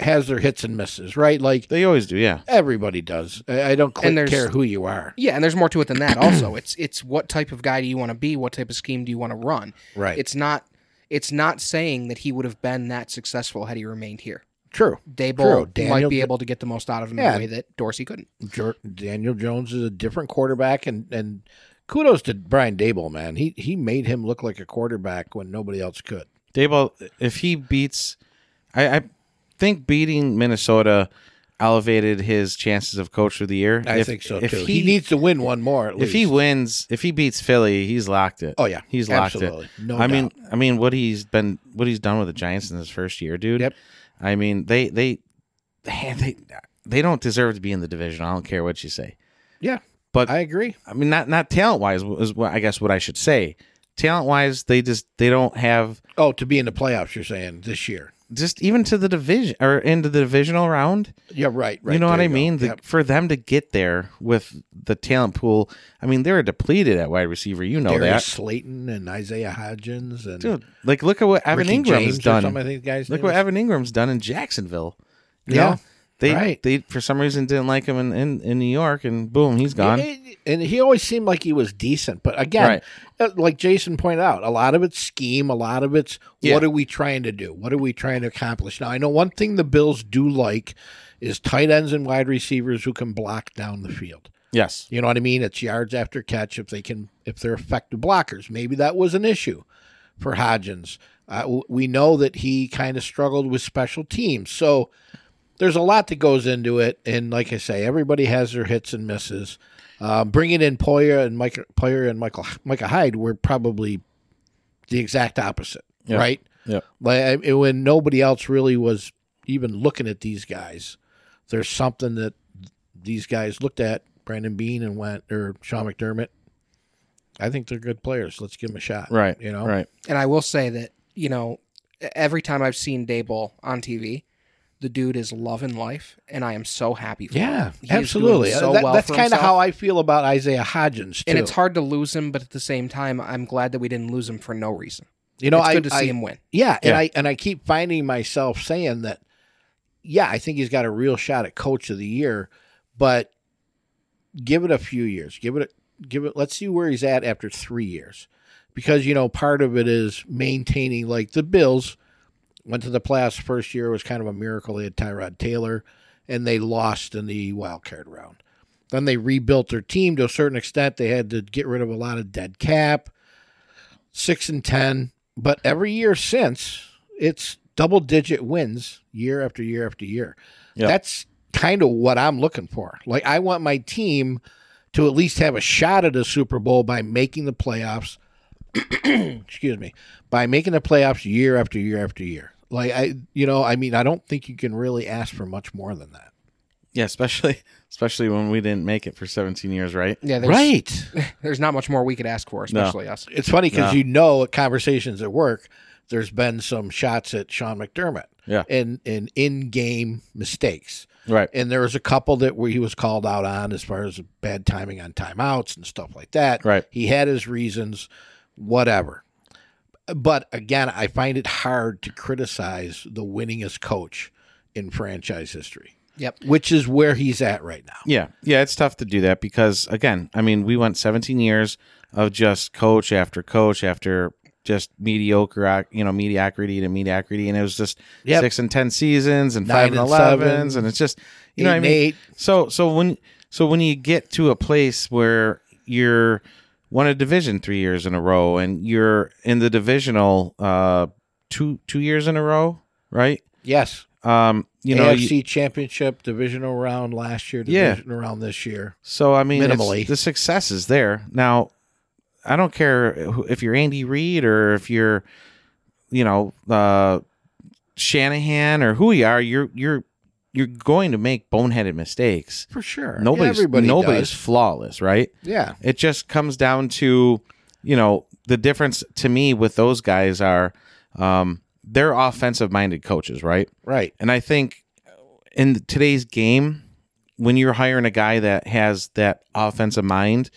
Speaker 2: has their hits and misses, right? Like
Speaker 3: they always do. Yeah,
Speaker 2: everybody does. I, I don't quite
Speaker 1: there's-
Speaker 2: care who you are.
Speaker 1: Yeah, and there's more to it than that. Also, it's it's what type of guy do you want to be? What type of scheme do you want to run?
Speaker 2: Right.
Speaker 1: It's not it's not saying that he would have been that successful had he remained here.
Speaker 2: True. True.
Speaker 1: Dable might
Speaker 2: Daniel-
Speaker 1: be able to get the most out of him in
Speaker 2: Yeah.
Speaker 1: a way that Dorsey couldn't.
Speaker 2: Jer- Daniel Jones is a different quarterback, and and kudos to Brian Dable, man. He he made him look like a quarterback when nobody else could.
Speaker 3: Dayball. If he beats, I, I think beating Minnesota elevated his chances of coach of the year.
Speaker 2: I
Speaker 3: If-
Speaker 2: think so
Speaker 3: if
Speaker 2: too.
Speaker 3: He,
Speaker 2: He, needs to win one more at
Speaker 3: if
Speaker 2: least.
Speaker 3: he wins, if he beats Philly, he's locked it.
Speaker 2: oh yeah,
Speaker 3: he's locked it.
Speaker 2: absolutely. No,
Speaker 3: I
Speaker 2: doubt.
Speaker 3: mean, I mean, what he's been, what he's done with the Giants in his first year, dude.
Speaker 2: Yep.
Speaker 3: I mean, they, they, man, they, they don't deserve to be in the division. I don't care what you say.
Speaker 2: yeah,
Speaker 3: But
Speaker 2: I
Speaker 3: I,
Speaker 2: agree.
Speaker 3: mean, not not talent wise is what I guess what I should say. Talent wise, they just they don't have
Speaker 2: Oh, to be in the playoffs, you're saying this year?
Speaker 3: just even to the division or into the divisional round.
Speaker 2: Yeah, right. Right.
Speaker 3: you know
Speaker 2: there
Speaker 3: what I
Speaker 2: go.
Speaker 3: mean? The,
Speaker 2: Yep.
Speaker 3: For them to get there with the talent pool, I mean, they're depleted at wide receiver. You know
Speaker 2: Darius
Speaker 3: that,
Speaker 2: Slayton and Isaiah Hodgins and
Speaker 3: dude. Like, look at what Evan
Speaker 2: Ricky
Speaker 3: Ingram has
Speaker 2: James or
Speaker 3: done.
Speaker 2: something, I think the guy's
Speaker 3: Look
Speaker 2: name
Speaker 3: what
Speaker 2: is.
Speaker 3: Evan Ingram's done in Jacksonville. You
Speaker 2: Yeah,
Speaker 3: know, they
Speaker 2: right.
Speaker 3: they for some reason didn't like him in, in, in New York, and boom, he's gone.
Speaker 2: And- And he always seemed like he was decent, but again, uh like Jason pointed out, a lot of it's scheme, a lot of it's
Speaker 3: Yeah.
Speaker 2: what are we trying to do, what are we trying to accomplish. Now, I know one thing the Bills do like is tight ends and wide receivers who can block down the field.
Speaker 3: yes,
Speaker 2: You know what I mean? It's yards after catch if they can if they're effective blockers. Maybe that was an issue for Hodgins. Uh, w- we know that he kind of struggled with special teams, so there's a lot that goes into it. And like I say, everybody has their hits and misses. Um, bringing in Poyer and Mike Poyer and Michael Micah Hyde were probably the exact opposite,
Speaker 3: Yeah.
Speaker 2: right?
Speaker 3: Yeah.
Speaker 2: Like I- when nobody else really was even looking at these guys, there's something that these guys looked at Brandon Bean and went or Sean McDermott. I think they're good players. Let's give them a shot.
Speaker 3: right,
Speaker 2: You know.
Speaker 3: right.
Speaker 1: And I will say that you know e, every time I've seen Dable on TV, the dude is loving life, and I am so happy for
Speaker 2: Yeah,
Speaker 1: him. He is doing
Speaker 2: absolutely. Uh,
Speaker 1: so
Speaker 2: That-
Speaker 1: well
Speaker 2: that's
Speaker 1: for
Speaker 2: kind of
Speaker 1: himself.
Speaker 2: how I feel about Isaiah Hodgins too.
Speaker 1: And it's hard to lose him, but at the same time, I'm glad that we didn't lose him for no reason.
Speaker 2: you know,
Speaker 1: it's
Speaker 2: I,
Speaker 1: good to see
Speaker 2: I-
Speaker 1: him win.
Speaker 2: Yeah, and
Speaker 3: Yeah.
Speaker 2: I and I keep finding myself saying that. Yeah, I think he's got a real shot at coach of the year, but give it a few years. Give it a, give it. Let's see where he's at after three years, because you know part of it is maintaining like the Bills went to the playoffs first year it was kind of a miracle. They had Tyrod Taylor, and they lost in the wild card round. Then they rebuilt their team to a certain extent. They had to get rid of a lot of dead cap six and ten. But every year since, it's double digit wins year after year after year.
Speaker 3: Yeah.
Speaker 2: That's kind of what I'm looking for. Like I want my team to at least have a shot at a Super Bowl by making the playoffs. excuse me, by making the playoffs year after year after year. Like I, you know, I mean, I don't think you can really ask for much more than that.
Speaker 3: Yeah, especially especially when we didn't make it for 17 years, right?
Speaker 1: Yeah, there's,
Speaker 2: Right.
Speaker 1: There's not much more we could ask for, especially us.
Speaker 2: It's funny because
Speaker 3: Yeah.
Speaker 2: you know at conversations at work, there's been some shots at Sean McDermott.
Speaker 3: Yeah.
Speaker 2: And and in game mistakes.
Speaker 3: Right.
Speaker 2: And there was a couple that where he was called out on as far as bad timing on timeouts and stuff like that.
Speaker 3: Right.
Speaker 2: He had his reasons, whatever. But again, I find it hard to criticize the winningest coach in franchise history,
Speaker 1: Yep.
Speaker 2: which is where he's at right now.
Speaker 3: Yeah, yeah, it's tough to do that because again, I mean, we went 17 years of just coach after coach after just mediocre, you know, mediocrity to mediocrity, and it was just
Speaker 2: Yep.
Speaker 3: six and ten seasons and
Speaker 2: Nine
Speaker 3: five and
Speaker 2: and
Speaker 3: elevens,
Speaker 2: sevens,
Speaker 3: and it's just you know what
Speaker 2: Eight
Speaker 3: I
Speaker 2: and
Speaker 3: mean.
Speaker 2: eight,
Speaker 3: So so when so when you get to a place where you're won a division three years in a row and you're in the divisional uh two two years in a row, right?
Speaker 2: yes.
Speaker 3: Um, you know, you-
Speaker 2: AFC Championship divisional round last year,
Speaker 3: Yeah.
Speaker 2: divisional round this year.
Speaker 3: So I mean, it's-
Speaker 2: Minimally.
Speaker 3: the success is there. Now, I don't care who- if you're Andy Reid or if you're, you know, uh, Shanahan or who you are. You're you're you're going to make boneheaded mistakes.
Speaker 2: For sure.
Speaker 3: Nobody's
Speaker 2: Everybody
Speaker 3: nobody's
Speaker 2: does.
Speaker 3: flawless, right?
Speaker 2: Yeah.
Speaker 3: It just comes down to, you know, the difference to me with those guys are, um, they're offensive minded coaches, right?
Speaker 2: Right.
Speaker 3: And I think in today's game, when you're hiring a guy that has that offensive mind,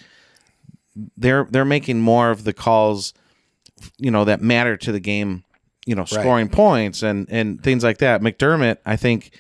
Speaker 3: they're they're making more of the calls, you know, that matter to the game, you know, scoring points and and things like that. McDermott, I think,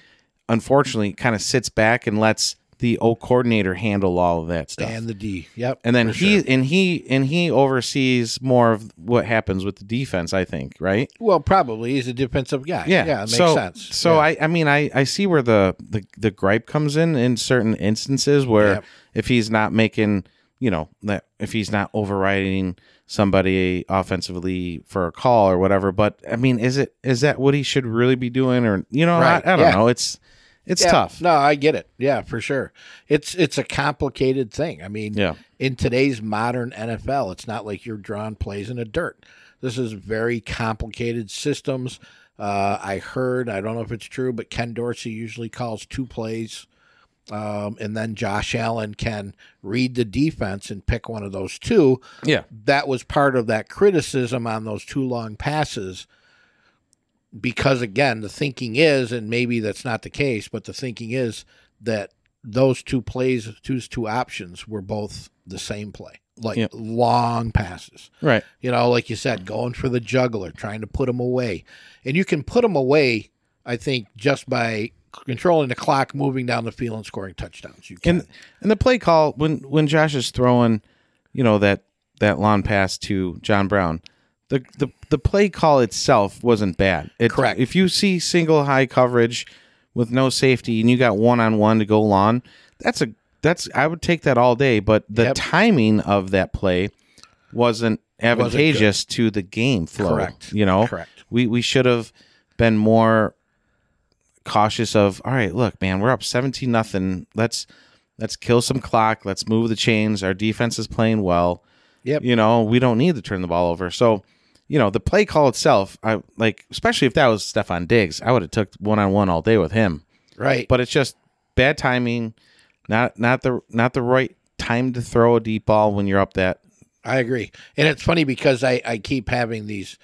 Speaker 3: unfortunately, kind of sits back and lets the O coordinator handle all of that stuff.
Speaker 2: And the D. Yep.
Speaker 3: And then
Speaker 2: for
Speaker 3: he
Speaker 2: sure.
Speaker 3: and he and he oversees more of what happens with the defense, I think, right?
Speaker 2: Well, probably he's a defensive guy.
Speaker 3: Yeah,
Speaker 2: Yeah, it makes
Speaker 3: so,
Speaker 2: sense.
Speaker 3: So
Speaker 2: Yeah.
Speaker 3: I, I mean, I, I see where the, the the gripe comes in in certain instances where
Speaker 2: Yep.
Speaker 3: if he's not making, you know, that if he's not overriding somebody offensively for a call or whatever. But I mean, is it is that what he should really be doing? Or you know,
Speaker 2: Right,
Speaker 3: I, I don't
Speaker 2: yeah.
Speaker 3: know. It's it's
Speaker 2: Yeah,
Speaker 3: tough.
Speaker 2: No, I get it. Yeah, for sure. It's it's a complicated thing. I mean,
Speaker 3: Yeah.
Speaker 2: in today's modern NFL, it's not like you're drawing plays in the dirt. This is very complicated systems. Uh, I heard, I don't know if it's true, but Ken Dorsey usually calls two plays. Um, and then Josh Allen can read the defense and pick one of those two.
Speaker 3: Yeah.
Speaker 2: That was part of that criticism on those two long passes because again the thinking is and maybe that's not the case but the thinking is that those two plays those two options were both the same play like
Speaker 3: Yep.
Speaker 2: long passes
Speaker 3: Right.
Speaker 2: you know like you said going for the juggler trying to put him away and you can put him away i think just by controlling the clock moving down the field and scoring touchdowns you can
Speaker 3: And and the play call when when Josh is throwing, you know that that long pass to John Brown, the the the play call itself wasn't bad. It,
Speaker 2: Correct.
Speaker 3: If you see single high coverage with no safety and you got one on one to go long, that's a that's I would take that all day. But the
Speaker 2: Yep.
Speaker 3: timing of that play wasn't advantageous to the game flow.
Speaker 2: Correct.
Speaker 3: You know.
Speaker 2: Correct.
Speaker 3: We we should have been more cautious of all right look man we're up 17 nothing let's let's kill some clock let's move the chains our defense is playing well
Speaker 2: Yep.
Speaker 3: you know we don't need to turn the ball over so you know the play call itself i like especially if that was stefan diggs i would have took one-on-one all day with him
Speaker 2: right
Speaker 3: but it's just bad timing not not the not the right time to throw a deep ball when you're up that
Speaker 2: I agree. And it's funny because I, I keep having these,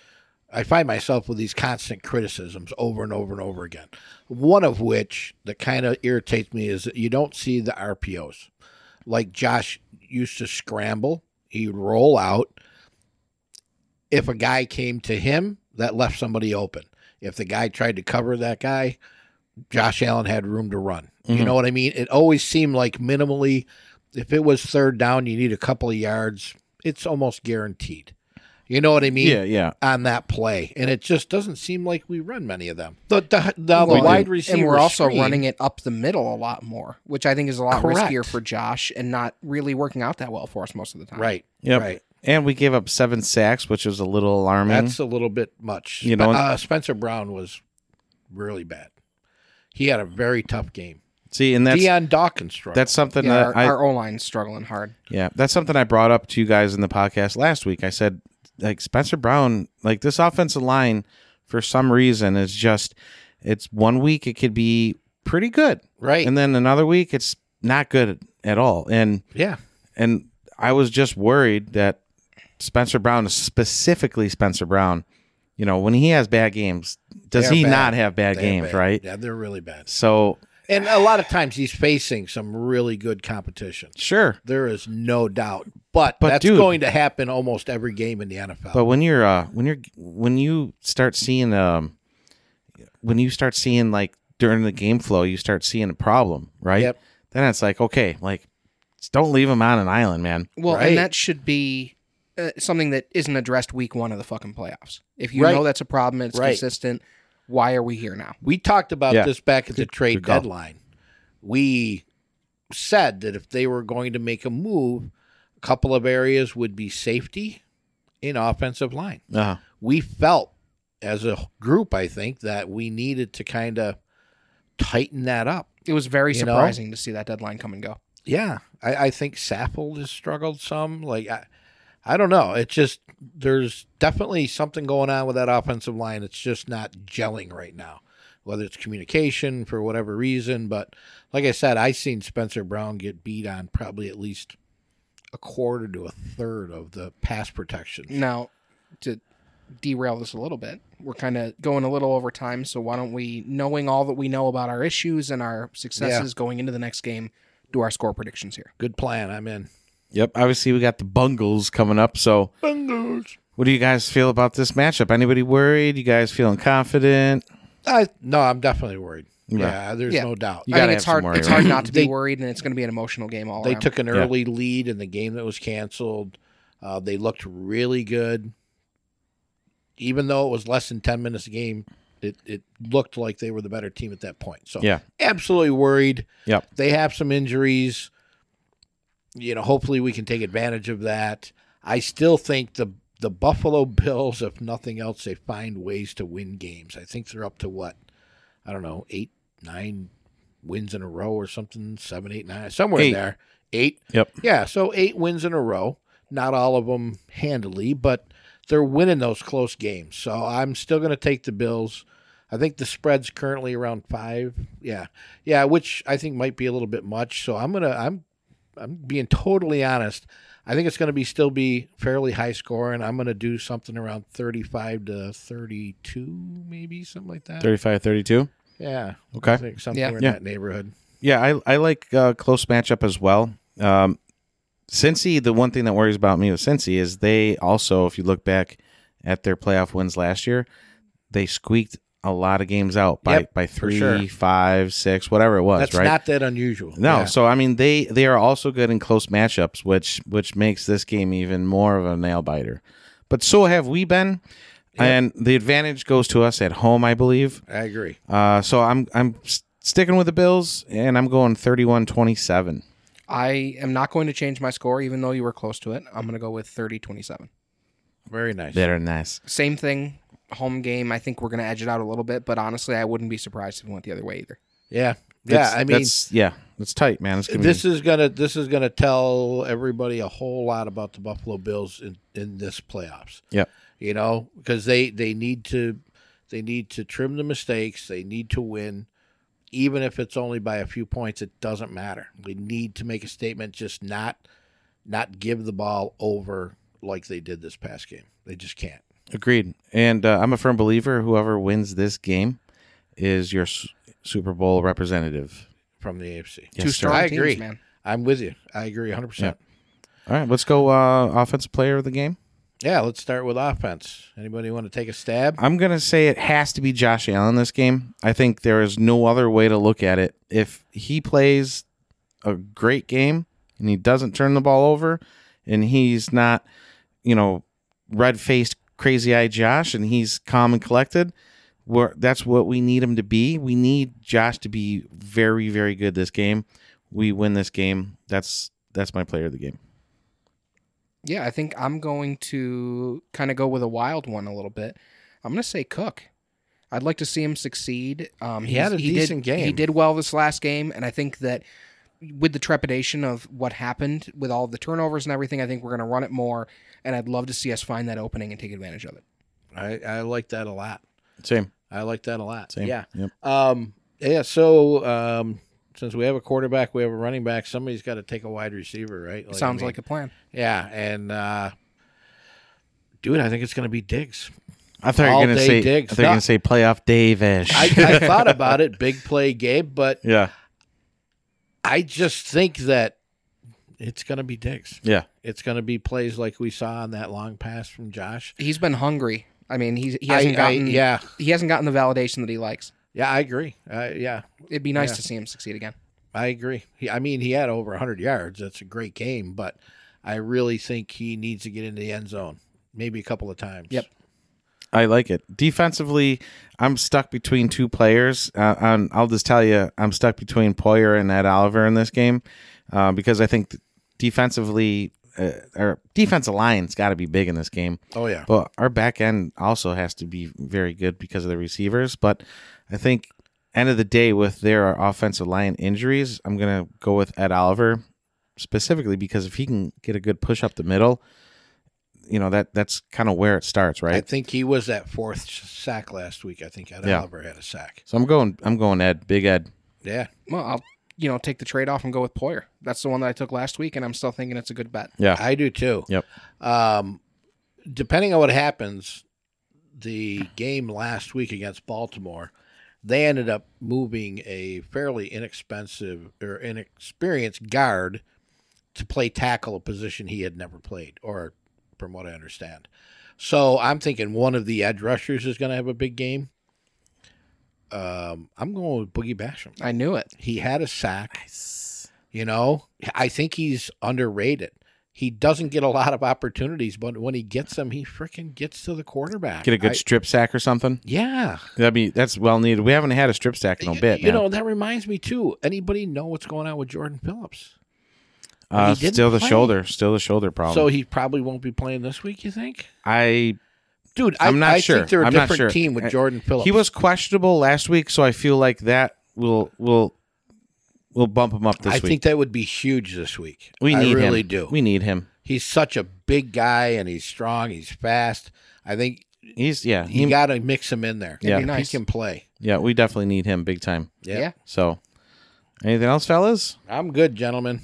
Speaker 2: I find myself with these constant criticisms over and over and over again. One of which that kind of irritates me is that you don't see the RPOs. Like Josh used to scramble, he'd roll out. If a guy came to him, that left somebody open. If the guy tried to cover that guy, Josh Allen had room to run. You
Speaker 3: Mhm.
Speaker 2: know what I mean? It always seemed like minimally, if it was third down, you need a couple of yards. It's almost guaranteed. You know what I mean?
Speaker 3: yeah
Speaker 2: On that play, and it just doesn't seem like we run many of them. The, the, now the
Speaker 1: Well,
Speaker 2: wide
Speaker 1: and-
Speaker 2: receiver,
Speaker 1: and we're also
Speaker 2: screen-
Speaker 1: running it up the middle a lot more, which I think is a lot
Speaker 2: Correct.
Speaker 1: riskier for Josh and not really working out that well for us most of the time.
Speaker 2: right,
Speaker 3: Yep.
Speaker 2: right.
Speaker 3: and we gave up seven sacks which was a little alarming
Speaker 2: That's a little bit much.
Speaker 3: You know-
Speaker 2: uh, Spencer Brown was really bad. He had a very tough game.
Speaker 3: see and that's
Speaker 2: Deion Dawkins strughed.
Speaker 3: that's something
Speaker 2: uh,
Speaker 1: Yeah,
Speaker 3: that
Speaker 1: our,
Speaker 3: I,
Speaker 1: our O line's struggling hard.
Speaker 3: Yeah, that's something I brought up to you guys in the podcast last week. I said, like Spencer Brown, like this offensive line, for some reason, is just it's one week it could be pretty good,
Speaker 2: right.
Speaker 3: and then another week it's not good at all. And
Speaker 2: yeah,
Speaker 3: and I was just worried that Spencer Brown, specifically Spencer Brown, you know, when he has bad games, does
Speaker 2: They're
Speaker 3: he
Speaker 2: bad.
Speaker 3: not have bad
Speaker 2: They're
Speaker 3: games?
Speaker 2: bad.
Speaker 3: Right.
Speaker 2: Yeah, they're really bad.
Speaker 3: So
Speaker 2: And a lot of times he's facing some really good competition.
Speaker 3: Sure.
Speaker 2: There is no doubt. But,
Speaker 3: But,
Speaker 2: that's
Speaker 3: dude-
Speaker 2: going to happen almost every game in the NFL.
Speaker 3: But when you're uh, when you're when you start seeing um, when you start seeing like during the game flow, you start seeing a problem, right?
Speaker 2: Yep.
Speaker 3: Then it's like okay, like don't leave him on an island, man.
Speaker 1: Well,
Speaker 2: Right.
Speaker 1: and that should be uh, something that isn't addressed week one of the fucking playoffs. If you
Speaker 2: Right.
Speaker 1: know that's a problem, it's
Speaker 2: Right.
Speaker 1: consistent. Why are we here now?
Speaker 2: we talked about
Speaker 3: Yeah.
Speaker 2: this back at the trade
Speaker 3: good call.
Speaker 2: deadline. We said that if they were going to make a move, a couple of areas would be safety in offensive line.
Speaker 3: Uh-huh.
Speaker 2: we felt as a group, I think, that we needed to kind of tighten that up.
Speaker 1: It was very
Speaker 2: You know?
Speaker 1: surprising to see that deadline come and go.
Speaker 2: Yeah, I, I think Saffold has struggled some. Like, I, I don't know. It's just there's definitely something going on with that offensive line. It's just not gelling right now. Whether it's communication for whatever reason, but like I said, I seen Spencer Brown get beat on probably at least a quarter to a third of the pass protection.
Speaker 1: Now, to derail this a little bit, we're kind of going a little over time. So why don't we, knowing all that we know about our issues and our successes going into the next game, do our score predictions here?
Speaker 2: Good plan. I'm in.
Speaker 3: Yep. Obviously, we got the Bungles coming up. So, what do you guys feel about this matchup? Anybody worried? You guys feeling confident?
Speaker 2: I no, I'm definitely worried.
Speaker 3: Yeah.
Speaker 2: Yeah, there's
Speaker 1: Yeah.
Speaker 2: no doubt.
Speaker 3: You
Speaker 1: I
Speaker 3: gotta
Speaker 1: mean, it's
Speaker 3: have some
Speaker 1: hard.
Speaker 3: worry,
Speaker 1: it's
Speaker 3: right?
Speaker 1: hard not to be
Speaker 2: They-
Speaker 1: worried, and it's going to be an emotional game all
Speaker 2: They
Speaker 1: around.
Speaker 2: took an
Speaker 3: Yeah.
Speaker 2: early lead in the game that was canceled. Uh, they looked really good, even though it was less than ten minutes a game. It it looked like they were the better team at that point. So
Speaker 3: Yeah.
Speaker 2: absolutely worried.
Speaker 3: Yep.
Speaker 2: they have some injuries. You know, hopefully we can take advantage of that. I still think the the Buffalo Bills, if nothing else, they find ways to win games. I think they're up to what I don't know, eight, nine wins in a row or something, seven, eight, nine, somewhere in
Speaker 3: Eight.
Speaker 2: there. Eight.
Speaker 3: Yep.
Speaker 2: Yeah. So eight wins in a row. Not all of them handily, but they're winning those close games. So I'm still going to take the Bills. I think the spread's currently around five. Yeah. Yeah. Which I think might be a little bit much. So I'm going to, I'm, I'm being totally honest. I think it's going to be still be fairly high scoring. I'm going to do something around 35 to 32, maybe something like that.
Speaker 3: 35 32.
Speaker 2: Yeah.
Speaker 3: Okay.
Speaker 2: I think somewhere
Speaker 1: Yeah.
Speaker 2: in
Speaker 3: Yeah.
Speaker 2: that neighborhood.
Speaker 3: Yeah, I I like uh, close matchup as well. Um, Cincy, the one thing that worries about me with Cincy is they also, if you look back at their playoff wins last year, they squeaked a lot of games out by
Speaker 2: Yep,
Speaker 3: by three,
Speaker 2: sure.
Speaker 3: five, six, whatever it was.
Speaker 2: That's
Speaker 3: right?
Speaker 2: not that unusual.
Speaker 3: No,
Speaker 2: Yeah.
Speaker 3: so I mean they they are also good in close matchups, which which makes this game even more of a nail biter. But so have we been, and the advantage goes to us at home, I believe.
Speaker 2: I agree.
Speaker 3: Uh, so I'm I'm s- sticking with the Bills, and I'm going 31-27.
Speaker 1: I am not going to change my score, even though you were close to it. I'm going to go with 30-27.
Speaker 2: Very nice.
Speaker 3: Very nice.
Speaker 1: Same thing, home game. I think we're going to edge it out a little bit, but honestly, I wouldn't be surprised if it went the other way either.
Speaker 2: Yeah. Yeah.
Speaker 3: That's-
Speaker 2: I mean,
Speaker 3: that's, yeah, it's tight, man. It's gonna
Speaker 2: this
Speaker 3: be,
Speaker 2: is gonna this is gonna tell everybody a whole lot about the Buffalo Bills in, in this playoffs.
Speaker 3: Yep.
Speaker 2: You know, because they they need to they need to trim the mistakes. They need to win, even if it's only by a few points. It doesn't matter. We need to make a statement. Just not not give the ball over like they did this past game. They just can't.
Speaker 3: agreed. And uh, I'm a firm believer. Whoever wins this game is your s- Super Bowl representative.
Speaker 2: from the AFC.
Speaker 3: Yes,
Speaker 1: Two
Speaker 3: sir.
Speaker 1: strong
Speaker 2: I
Speaker 1: teams,
Speaker 2: agree.
Speaker 1: man.
Speaker 2: I'm with you. I agree 100%. Yeah.
Speaker 3: All right, let's go. Uh, offensive player of the game.
Speaker 2: let's start with offense. Anybody want to take a stab?
Speaker 3: I'm gonna say it has to be Josh Allen this game. I think there is no other way to look at it. If he plays a great game and he doesn't turn the ball over, and he's not, you know, red faced, crazy eyed Josh, and he's calm and collected, we're, that's what we need him to be. We need Josh to be very, very good this game. We win this game. That's that's my player of the game.
Speaker 1: Yeah, I think I'm going to kind of go with a wild one a little bit. I'm going to say Cook. I'd like to see him succeed. Um,
Speaker 2: He
Speaker 1: he's-
Speaker 2: had a
Speaker 1: did-
Speaker 2: decent game.
Speaker 1: He did well this last game, and I think that with the trepidation of what happened with all the turnovers and everything, I think we're going to run it more. And I'd love to see us find that opening and take advantage of it.
Speaker 2: I, I like that a lot.
Speaker 3: Same,
Speaker 2: I like that a lot.
Speaker 3: same.
Speaker 2: Yeah.
Speaker 3: Yep.
Speaker 2: Um, yeah. So um, since we have a quarterback, we have a running back. Somebody's got to take a wide receiver, right? I
Speaker 1: Sounds
Speaker 2: mean,
Speaker 1: like a plan.
Speaker 2: yeah. And uh, dude, I think it's going to be Diggs.
Speaker 3: I thought you
Speaker 2: All
Speaker 3: were going to
Speaker 2: day
Speaker 3: say.
Speaker 2: digs.
Speaker 3: I thought you were
Speaker 2: No.
Speaker 3: going to say playoff Davish.
Speaker 2: I, I thought about it, big play Gabe, but
Speaker 3: yeah,
Speaker 2: I just think that it's going to be Diggs.
Speaker 3: yeah.
Speaker 2: It's going to be plays like we saw on that long pass from Josh.
Speaker 1: He's been hungry. I mean, he's he
Speaker 2: I-
Speaker 1: hasn't
Speaker 2: I-
Speaker 1: gotten
Speaker 2: yeah,
Speaker 1: he hasn't gotten the validation that he likes.
Speaker 2: yeah, I agree. Uh, yeah,
Speaker 1: It'd be nice
Speaker 2: Yeah.
Speaker 1: to see him succeed again.
Speaker 2: I agree. He, I mean, he had over 100 yards. That's a great game, but I really think he needs to get into the end zone maybe a couple of times.
Speaker 1: Yep.
Speaker 3: I like it. Defensively, I'm stuck between two players. Uh, and I'll just tell you, I'm stuck between Poyer and Ed Oliver in this game uh, because I think defensively, uh, our defensive line's got to be big in this game.
Speaker 2: Oh yeah.
Speaker 3: But our back end also has to be very good because of the receivers. But I think end of the day with their offensive line injuries, I'm gonna go with Ed Oliver specifically because if he can get a good push up the middle, you know that that's kind of where it starts,
Speaker 2: I
Speaker 3: right?
Speaker 2: think he was that fourth sack last week. I think Ed
Speaker 3: Yeah.
Speaker 2: Oliver had a sack.
Speaker 3: So I'm going I'm going Ed, big Ed.
Speaker 2: Yeah.
Speaker 1: Well, I'll you know take the trade off and go with Poyer. That's the one that I took last week, and I'm still thinking it's a good bet.
Speaker 3: Yeah.
Speaker 2: I do too.
Speaker 3: Yep.
Speaker 2: Um, depending on what happens, the game last week against Baltimore, they ended up moving a fairly inexpensive or inexperienced guard to play tackle, a position he had never played, or from what I understand. So I'm thinking one of the edge rushers is going to have a big game. Um, I'm going with Boogie Basham.
Speaker 1: I knew it.
Speaker 2: He had a sack. You know, I think he's underrated. He doesn't get a lot of opportunities, but when he gets them, he freaking gets to the quarterback.
Speaker 3: Get a good
Speaker 2: I-
Speaker 3: strip sack or something.
Speaker 2: yeah.
Speaker 3: That'd be that's well needed. We haven't had a strip sack in a bit.
Speaker 2: you
Speaker 3: man.
Speaker 2: know, that reminds me too. Anybody know what's going on with Jordan Phillips?
Speaker 3: uh,
Speaker 2: he didn't
Speaker 3: still the
Speaker 2: play.
Speaker 3: shoulder, still the shoulder problem.
Speaker 2: So he probably won't be playing this week, you think?
Speaker 3: I
Speaker 2: Dude, I,
Speaker 3: I'm not
Speaker 2: I
Speaker 3: sure.
Speaker 2: think they're a
Speaker 3: I'm not
Speaker 2: different
Speaker 3: sure.
Speaker 2: team with
Speaker 3: I-
Speaker 2: Jordan Phillips.
Speaker 3: He was questionable last week, so I feel like that will will will bump him up this
Speaker 2: I
Speaker 3: week.
Speaker 2: think that would be huge this week.
Speaker 3: we
Speaker 2: I
Speaker 3: need
Speaker 2: really
Speaker 3: him.
Speaker 2: do.
Speaker 3: We need him.
Speaker 2: he's such a big guy and he's strong, he's fast. I think
Speaker 3: He's yeah.
Speaker 2: you
Speaker 3: He,
Speaker 2: got to mix him in there.
Speaker 3: Yeah.
Speaker 2: If
Speaker 1: Nice.
Speaker 2: He can play.
Speaker 3: yeah, we definitely need him big time.
Speaker 1: Yeah.
Speaker 3: So, anything else, fellas?
Speaker 2: I'm good, gentlemen.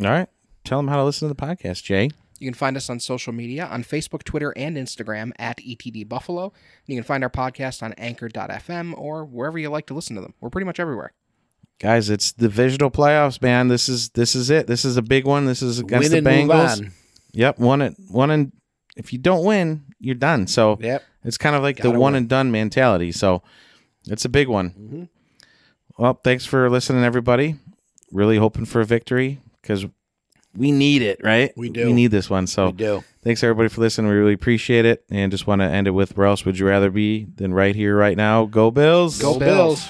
Speaker 3: All right, tell him how to listen to the podcast, Jay.
Speaker 1: You can find us on social media on Facebook, Twitter, and Instagram at ETD Buffalo. You can find our podcast on anchor.fm or wherever you like to listen to them. We're pretty much everywhere.
Speaker 3: Guys, it's divisional playoffs, man. This is this is it. This is a big one. This is against
Speaker 2: Win
Speaker 3: the
Speaker 2: and move
Speaker 3: Bengals.
Speaker 2: on.
Speaker 3: Yep, one and one and if you don't win, you're done. So
Speaker 2: Yep.
Speaker 3: It's kind of like the
Speaker 2: Gotta
Speaker 3: one
Speaker 2: win.
Speaker 3: and done mentality. So it's a big
Speaker 2: Mhm.
Speaker 3: one. Well, thanks for listening, everybody. Really hoping for a victory because we need it, right?
Speaker 2: We do.
Speaker 3: We need this one.
Speaker 2: We
Speaker 3: So
Speaker 2: do.
Speaker 3: thanks, everybody, for listening. We really appreciate it. And just want to end it with where else would you rather be than right here, right now? Go Bills.
Speaker 1: Go Bills.